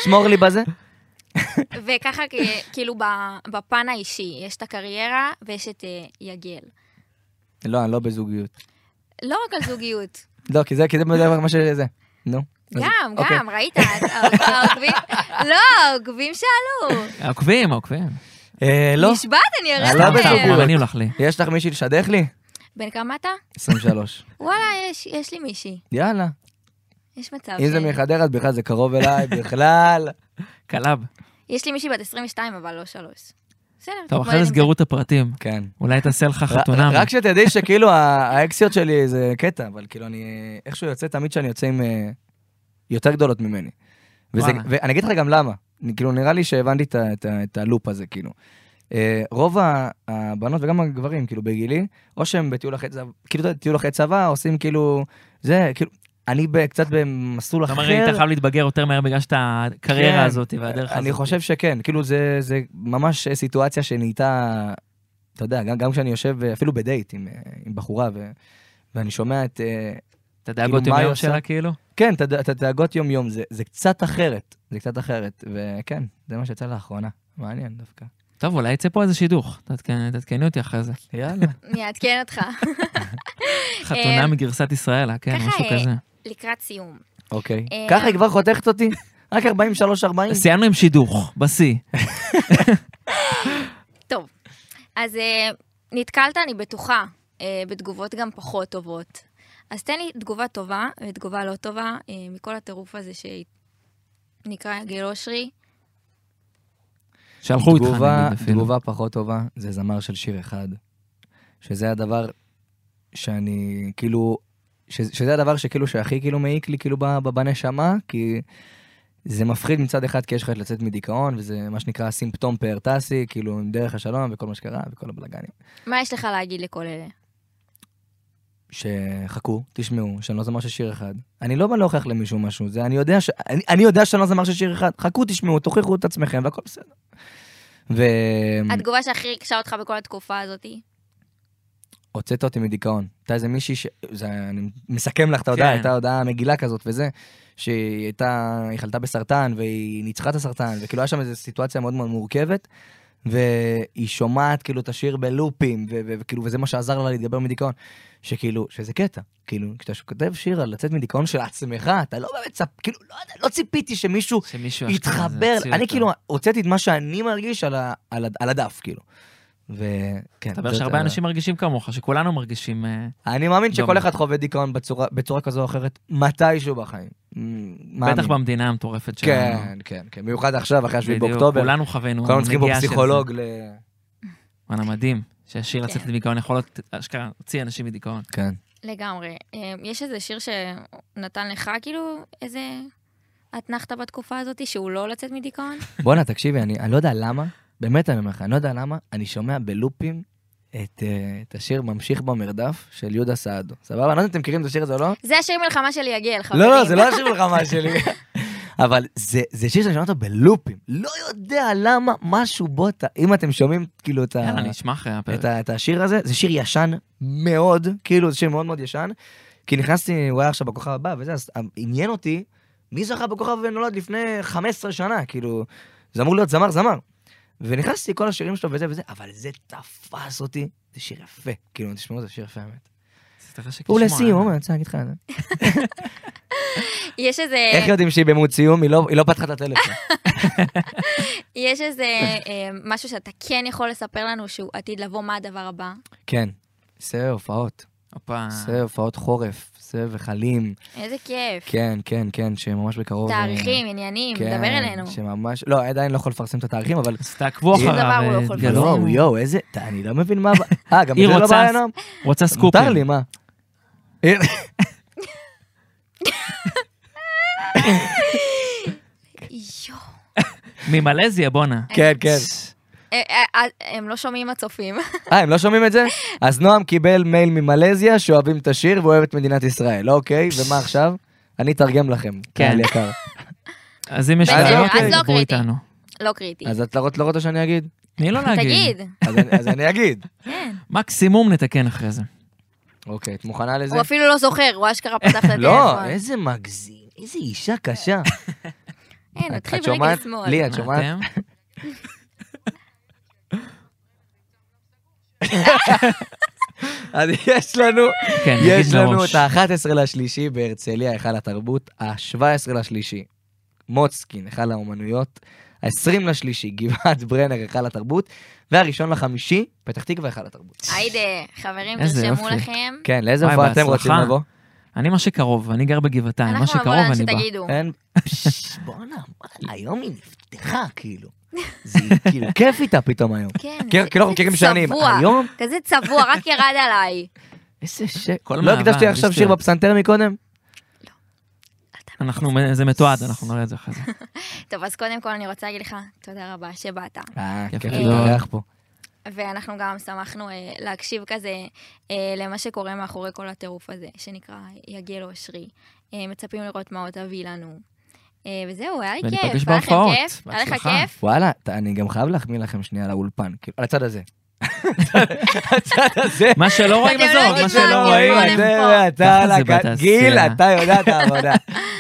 Speaker 3: שמור לי בזה.
Speaker 1: וככה, כ- כאילו, ב- בפן האישי, יש את הקריירה ויש את אה, יגל.
Speaker 3: לא, אני לא בזוגיות.
Speaker 1: לא רק על זוגיות.
Speaker 3: לא, כי זה, כי זה בדיוק מה שזה. נו. אז-
Speaker 1: גם,
Speaker 3: אוקיי.
Speaker 1: גם, ראית, אה, העוקבים, לא, העוקבים שאלו.
Speaker 2: עוקבים, עוקבים.
Speaker 3: אה, לא,
Speaker 1: נשבעת, אני אראה
Speaker 2: סתם,
Speaker 3: לא
Speaker 2: סתם,
Speaker 1: לכם.
Speaker 3: בזוגיות.
Speaker 2: גם אני הולך לי.
Speaker 3: יש לך מישהי לשדך לי?
Speaker 1: בן כמה אתה?
Speaker 3: 23.
Speaker 1: וואלה, יש, יש לי מישהי.
Speaker 3: יאללה.
Speaker 1: יש מצב.
Speaker 3: אם זה
Speaker 1: ש-
Speaker 3: מחדרה, אז בכלל זה קרוב אליי, בכלל.
Speaker 2: קלב.
Speaker 1: יש לי מישהי בת 22, אבל לא שלוש. בסדר.
Speaker 2: טוב,
Speaker 1: נתמודד
Speaker 2: אחרי זה
Speaker 1: עם
Speaker 2: סגרו את הפרטים.
Speaker 3: כן.
Speaker 2: אולי תעשה לך
Speaker 3: ר-
Speaker 2: חתונה.
Speaker 3: רק שתדעי שכאילו ה- האקסיות שלי זה קטע, אבל כאילו אני אה, איכשהו יוצא תמיד שאני יוצא עם אה, יותר גדולות ממני. וזה,
Speaker 2: וואלה.
Speaker 3: ואני אגיד לך גם למה, אני- כאילו נראה לי שהבנתי את, ה- את, ה- את הלופ הזה כאילו. אה, רוב ה- הבנות וגם הגברים כאילו בגילי, או שהם בטיול אחרי צבא, כאילו אתה יודע, טיול אחרי צבא עושים כאילו, זה כאילו, אני ב- קצת במסלול
Speaker 2: אתה
Speaker 3: אחר.
Speaker 2: אומר לי, אתה חייב להתבגר יותר מהר בגלל שאתה הקריירה
Speaker 3: כן.
Speaker 2: הזאת והדרך הזאת.
Speaker 3: אני חושב שכן, כאילו זה, זה ממש סיטואציה שנהייתה, אתה יודע, גם, גם כשאני יושב אה, אפילו בדייט עם, אה, עם בחורה ו, ואני שומע את, אה,
Speaker 2: את
Speaker 3: כאילו,
Speaker 2: הדאגות
Speaker 3: מה היא
Speaker 2: יום
Speaker 3: עושה?
Speaker 2: שלה כאילו?
Speaker 3: כן, את הד- את הדאגות יום-יום, זה, זה קצת אחרת, זה קצת אחרת, וכן, זה מה שיצא לאחרונה, מעניין דווקא.
Speaker 2: טוב, אולי יצא פה איזה שידוך. תעדכן- תעדכני אותי אחרי זה.
Speaker 3: יאללה.
Speaker 1: אני אעדכן אותך.
Speaker 2: חתונה מגרסת ישראל, כן,
Speaker 1: ככה,
Speaker 2: משהו
Speaker 1: אה,
Speaker 2: כזה.
Speaker 1: לקראת סיום.
Speaker 3: אוקיי.
Speaker 1: אה,
Speaker 3: ככה היא כבר חותכת אותי? רק 43-40?
Speaker 2: סיימנו עם שידוך, בשיא.
Speaker 1: טוב, אז אה, נתקלת, אני בטוחה, אה, בתגובות גם פחות טובות. אז תן לי תגובה טובה ותגובה לא טובה אה, מכל הטירוף הזה שנקרא יגל אושרי.
Speaker 2: שלחו אותך
Speaker 3: תגובה-
Speaker 2: נגיד אפילו.
Speaker 3: תגובה פחות טובה, זה זמר של שיר אחד, שזה הדבר שאני, כאילו, ש, שזה הדבר שכאילו שהכי כאילו מעיק לי כאילו ב- ב- בנשמה, כי זה מפחיד מצד אחד, כי יש לך לצאת מדיכאון, וזה מה שנקרא סימפטום פארטסי, כאילו, עם דרך השלום וכל מה שקרה וכל הבלאגנים.
Speaker 1: מה יש לך להגיד לכל אלה?
Speaker 3: Mm. שחכו, תשמעו, שאני לא זמר של שיר אחד. אני לא בא להוכיח למישהו משהו, זה אני יודע, ש... אני, אני יודע שאני לא זמר של שיר אחד. חכו, תשמעו, תוכיחו את עצמכם והכל בסדר. ו...
Speaker 1: התגובה שהכי ריגשה אותך בכל התקופה הזאת?
Speaker 3: הוצאת אותי מדיכאון. הייתה איזה מישהי ש... זה, אני מסכם לך את ההודעה,
Speaker 2: כן.
Speaker 3: הייתה הודעה מגילה כזאת וזה, שהיא הייתה, היא חלתה בסרטן, והיא ניצחה את הסרטן, וכאילו היה שם איזו סיטואציה מאוד מאוד מורכבת, והיא שומעת כאילו את השיר בלופים, ו- ו- וכאילו, וזה מה שעזר לה להתגבר מדיכאון, שכאילו, שזה קטע, כאילו, כשאתה כותב שיר על לצאת מדיכאון של עצמך, אתה לא באמת, צפ... כאילו, לא, יודע, לא ציפיתי שמישהו
Speaker 2: שמישהו אשכרה
Speaker 3: יתחבר,
Speaker 2: יוציא
Speaker 3: אני
Speaker 2: אותו.
Speaker 3: כאילו הוצאתי את מה שאני מרגיש על, ה... על, ה... על הדף, כאילו. וכן.
Speaker 2: מסתבר
Speaker 3: זאת
Speaker 2: שהרבה
Speaker 3: ה-
Speaker 2: אנשים מרגישים כמוך, שכולנו מרגישים... אה,
Speaker 3: אני מאמין שכל
Speaker 2: דומה.
Speaker 3: אחד חווה דיכאון בצורה, בצורה כזו או אחרת, מתישהו בחיים. מ- מאמין.
Speaker 2: בטח במדינה המטורפת שלנו.
Speaker 3: כן, כן, כן. במיוחד עכשיו, אחרי השביעי
Speaker 2: בדיוק,
Speaker 3: באוקטובר.
Speaker 2: כולנו חווינו
Speaker 3: כולנו צריכים פה
Speaker 2: נגיעה של
Speaker 3: פסיכולוג
Speaker 2: זה.
Speaker 3: ל...
Speaker 2: וואלה, מדהים. שהשיר לצאת
Speaker 1: כן.
Speaker 2: מדיכאון יכול להיות, אשכרה, הוציא אנשים מדיכאון.
Speaker 3: כן.
Speaker 1: לגמרי. אה, יש איזה שיר שנתן לך, כאילו, איזה אתנחתה בתקופה הזאת, שהוא לא לצאת מדיכאון?
Speaker 3: בואנה, תקשיבי, אני, אני לא יודע למה, באמת אני אומר לך, אני לא יודע למה, אני שומע בלופים את, אה, את השיר ממשיך במרדף של יהודה סעדו. סבבה? אני לא יודע אם אתם מכירים את השיר הזה או לא?
Speaker 1: זה השיר מלחמה של יגל, חברים.
Speaker 3: לא, לא, זה לא השיר מלחמה שלי. אבל זה, זה שיר שאני שומע אותו בלופים. לא יודע למה משהו בו, ת- אם אתם שומעים כאילו את ה...
Speaker 2: יאללה, אני אה, אשמע אחרי הפרק.
Speaker 3: את, ה, את השיר הזה, זה שיר ישן מאוד, כאילו זה שיר מאוד מאוד ישן, כי נכנסתי, הוא היה עכשיו בכוכב הבא וזה, אז עניין אותי, מי זכה בכוכב ונולד לפני 15 שנה, כאילו, זה אמור להיות זמר זמר. ונכנסתי כל השירים שלו וזה וזה, אבל זה תפס אותי, זה שיר יפה. כאילו, תשמעו, זה שיר יפה, האמת.
Speaker 2: סליחה שכשמוע,
Speaker 3: ולסיום, אני רוצה להגיד לך את זה.
Speaker 1: יש איזה...
Speaker 3: איך יודעים שהיא במוד סיום? היא לא- היא לא פתחה את הטלפון.
Speaker 1: יש איזה אה, משהו שאתה כן יכול לספר לנו שהוא עתיד לבוא, מה הדבר הבא?
Speaker 3: כן. זה הופעות.
Speaker 2: הופה.
Speaker 3: זה הופעות חורף. זה וחלים.
Speaker 1: איזה כיף.
Speaker 3: כן, כן, כן, שממש בקרוב... אה,
Speaker 1: תאריכים, עניינים,
Speaker 3: כן,
Speaker 1: דבר אלינו.
Speaker 3: שממש... לא, עדיין לא יכול לפרסם את התאריכים, אבל...
Speaker 2: אז תעקבו
Speaker 3: שום
Speaker 1: דבר הוא לא
Speaker 2: אחריו. אה,
Speaker 1: יכול
Speaker 2: גלאון.
Speaker 1: לפרסם.
Speaker 3: לא, יואו, איזה... ת- אני לא מבין מה... הבא- אה, גם
Speaker 2: היא
Speaker 3: זה לא
Speaker 2: רוצה-
Speaker 3: בא היום?
Speaker 2: רוצה סקופים.
Speaker 3: מותר לי, מה? היא-
Speaker 1: יואו.
Speaker 2: ממלזיה, בואנה.
Speaker 3: כן, כן.
Speaker 1: אה, אה, אה, הם לא שומעים הצופים.
Speaker 3: אה, הם לא שומעים את זה? אז נועם קיבל מייל ממלזיה שאוהבים את השיר ואוהב את מדינת ישראל, אוקיי? ומה עכשיו? אני אתרגם לכם,
Speaker 2: כן.
Speaker 3: קהל יקר.
Speaker 2: אז אם יש
Speaker 1: בסדר,
Speaker 2: בעיות,
Speaker 3: אז
Speaker 1: לא
Speaker 2: דברו
Speaker 1: קריטי.
Speaker 2: איתנו.
Speaker 1: לא קריטי.
Speaker 3: אז את לא רוצ- לא רוצה שאני אגיד?
Speaker 2: תני לו להגיד.
Speaker 1: תגיד,
Speaker 3: אז אני- אז אני אגיד.
Speaker 2: מקסימום נתקן אחרי זה.
Speaker 3: אוקיי, את מוכנה לזה?
Speaker 1: הוא אפילו לא זוכר, הוא אשכרה פתח את הטלפון.
Speaker 3: לא, איזה מגזים, איזה אישה קשה.
Speaker 1: אין,
Speaker 3: את-
Speaker 1: אה, נתחיל
Speaker 3: את שומעת?
Speaker 1: ברגל שמאל.
Speaker 3: לי, כן, את
Speaker 2: מה
Speaker 3: שומעת?
Speaker 2: אתם?
Speaker 3: אז יש לנו,
Speaker 2: כן,
Speaker 3: יש
Speaker 2: נגיד
Speaker 3: לנו
Speaker 2: מראש.
Speaker 3: את ה-11 לשלישי בהרצליה, היכל התרבות, ה-17 לשלישי, מוצקין, היכל האומנויות, ה-20 לשלישי, גבעת ברנר, היכל התרבות, והראשון לחמישי, פתח תקווה, היכל התרבות.
Speaker 1: היידה, חברים,
Speaker 2: איזה
Speaker 1: תרשמו
Speaker 2: יופי.
Speaker 1: לכם.
Speaker 3: כן, לאיזה
Speaker 2: וואי,
Speaker 3: הופעה אתם
Speaker 2: בהצלחה.
Speaker 3: רוצים לבוא?
Speaker 2: אני מה שקרוב, אני גר בגבעתיים, מה
Speaker 1: אנחנו נבוא
Speaker 2: שקרוב
Speaker 1: לאן
Speaker 2: אני בא.
Speaker 1: שתגידו.
Speaker 3: אין... פש, כן. בואנה, וואלה, היום היא נפתחה, כאילו. זה כאילו כיף איתה פתאום היום.
Speaker 1: כן,
Speaker 3: כן,
Speaker 1: זה-
Speaker 3: כאילו אנחנו מכירים
Speaker 1: זה
Speaker 3: שנים.
Speaker 1: צבוע.
Speaker 3: היום,
Speaker 1: כזה צבוע, רק ירד עליי.
Speaker 3: איזה ש...
Speaker 2: כל
Speaker 3: לא
Speaker 2: מאהבה,
Speaker 3: הקדשתי
Speaker 2: זה
Speaker 3: עכשיו שיר
Speaker 2: שטויות.
Speaker 3: בפסנתר מקודם?
Speaker 2: אנחנו, זה מתועד, אנחנו נראה את זה אחרי זה.
Speaker 1: טוב, אז קודם כל אני רוצה להגיד לך תודה רבה שבאת.
Speaker 3: אה,
Speaker 2: יפה
Speaker 3: כיף
Speaker 1: מאוד.
Speaker 3: להתארח פה.
Speaker 1: ואנחנו גם שמחנו אה, להקשיב כזה אה, למה שקורה מאחורי כל הטירוף הזה, שנקרא יגיע לו אשרי. אה, מצפים לראות מה עוד תביא לנו. אה, וזהו, היה לי כיף.
Speaker 2: וניפגש
Speaker 1: היה לכם
Speaker 2: בהופעות.
Speaker 1: כיף? היה לך
Speaker 2: בהצלחה.
Speaker 1: כיף?
Speaker 3: וואלה, ת- אני גם חייב להחמיא לכם שנייה על האולפן, כאילו, על הצד הזה. הצד הזה.
Speaker 2: מה שלא רואים
Speaker 1: אתם לא
Speaker 2: עזוב, מה
Speaker 1: יודעים מה
Speaker 2: שלא
Speaker 1: אתם
Speaker 2: רואים.
Speaker 1: רואים.
Speaker 3: זה, אתה
Speaker 2: ככה
Speaker 3: על
Speaker 2: זה
Speaker 3: הק-
Speaker 2: בתעשייה.
Speaker 3: גיל, אתה יודע את העבודה.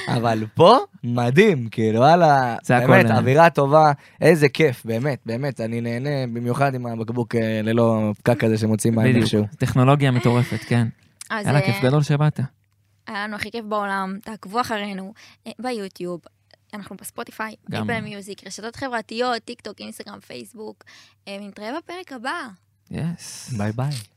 Speaker 3: אבל פה, מדהים, כאילו, וואלה,
Speaker 2: זה הכל,
Speaker 3: באמת,
Speaker 2: אה.
Speaker 3: אווירה טובה, איזה כיף, באמת, באמת, אני נהנה במיוחד עם הבקבוק אה, ללא פקק הזה שמוצאים מים איכשהו.
Speaker 2: בדיוק, טכנולוגיה מטורפת, כן.
Speaker 1: אז
Speaker 2: יאללה,
Speaker 1: אה,
Speaker 2: כיף גדול שבאת.
Speaker 1: היה לנו הכי כיף בעולם, תעקבו אחרינו אה, ביוטיוב, אנחנו בספוטיפיי,
Speaker 2: גם.
Speaker 1: אפל מיוזיק, רשתות חברתיות, טיק טוק, אינסטגרם, פייסבוק, אה, ונתראה בפרק הבא.
Speaker 2: יס.
Speaker 3: ביי ביי.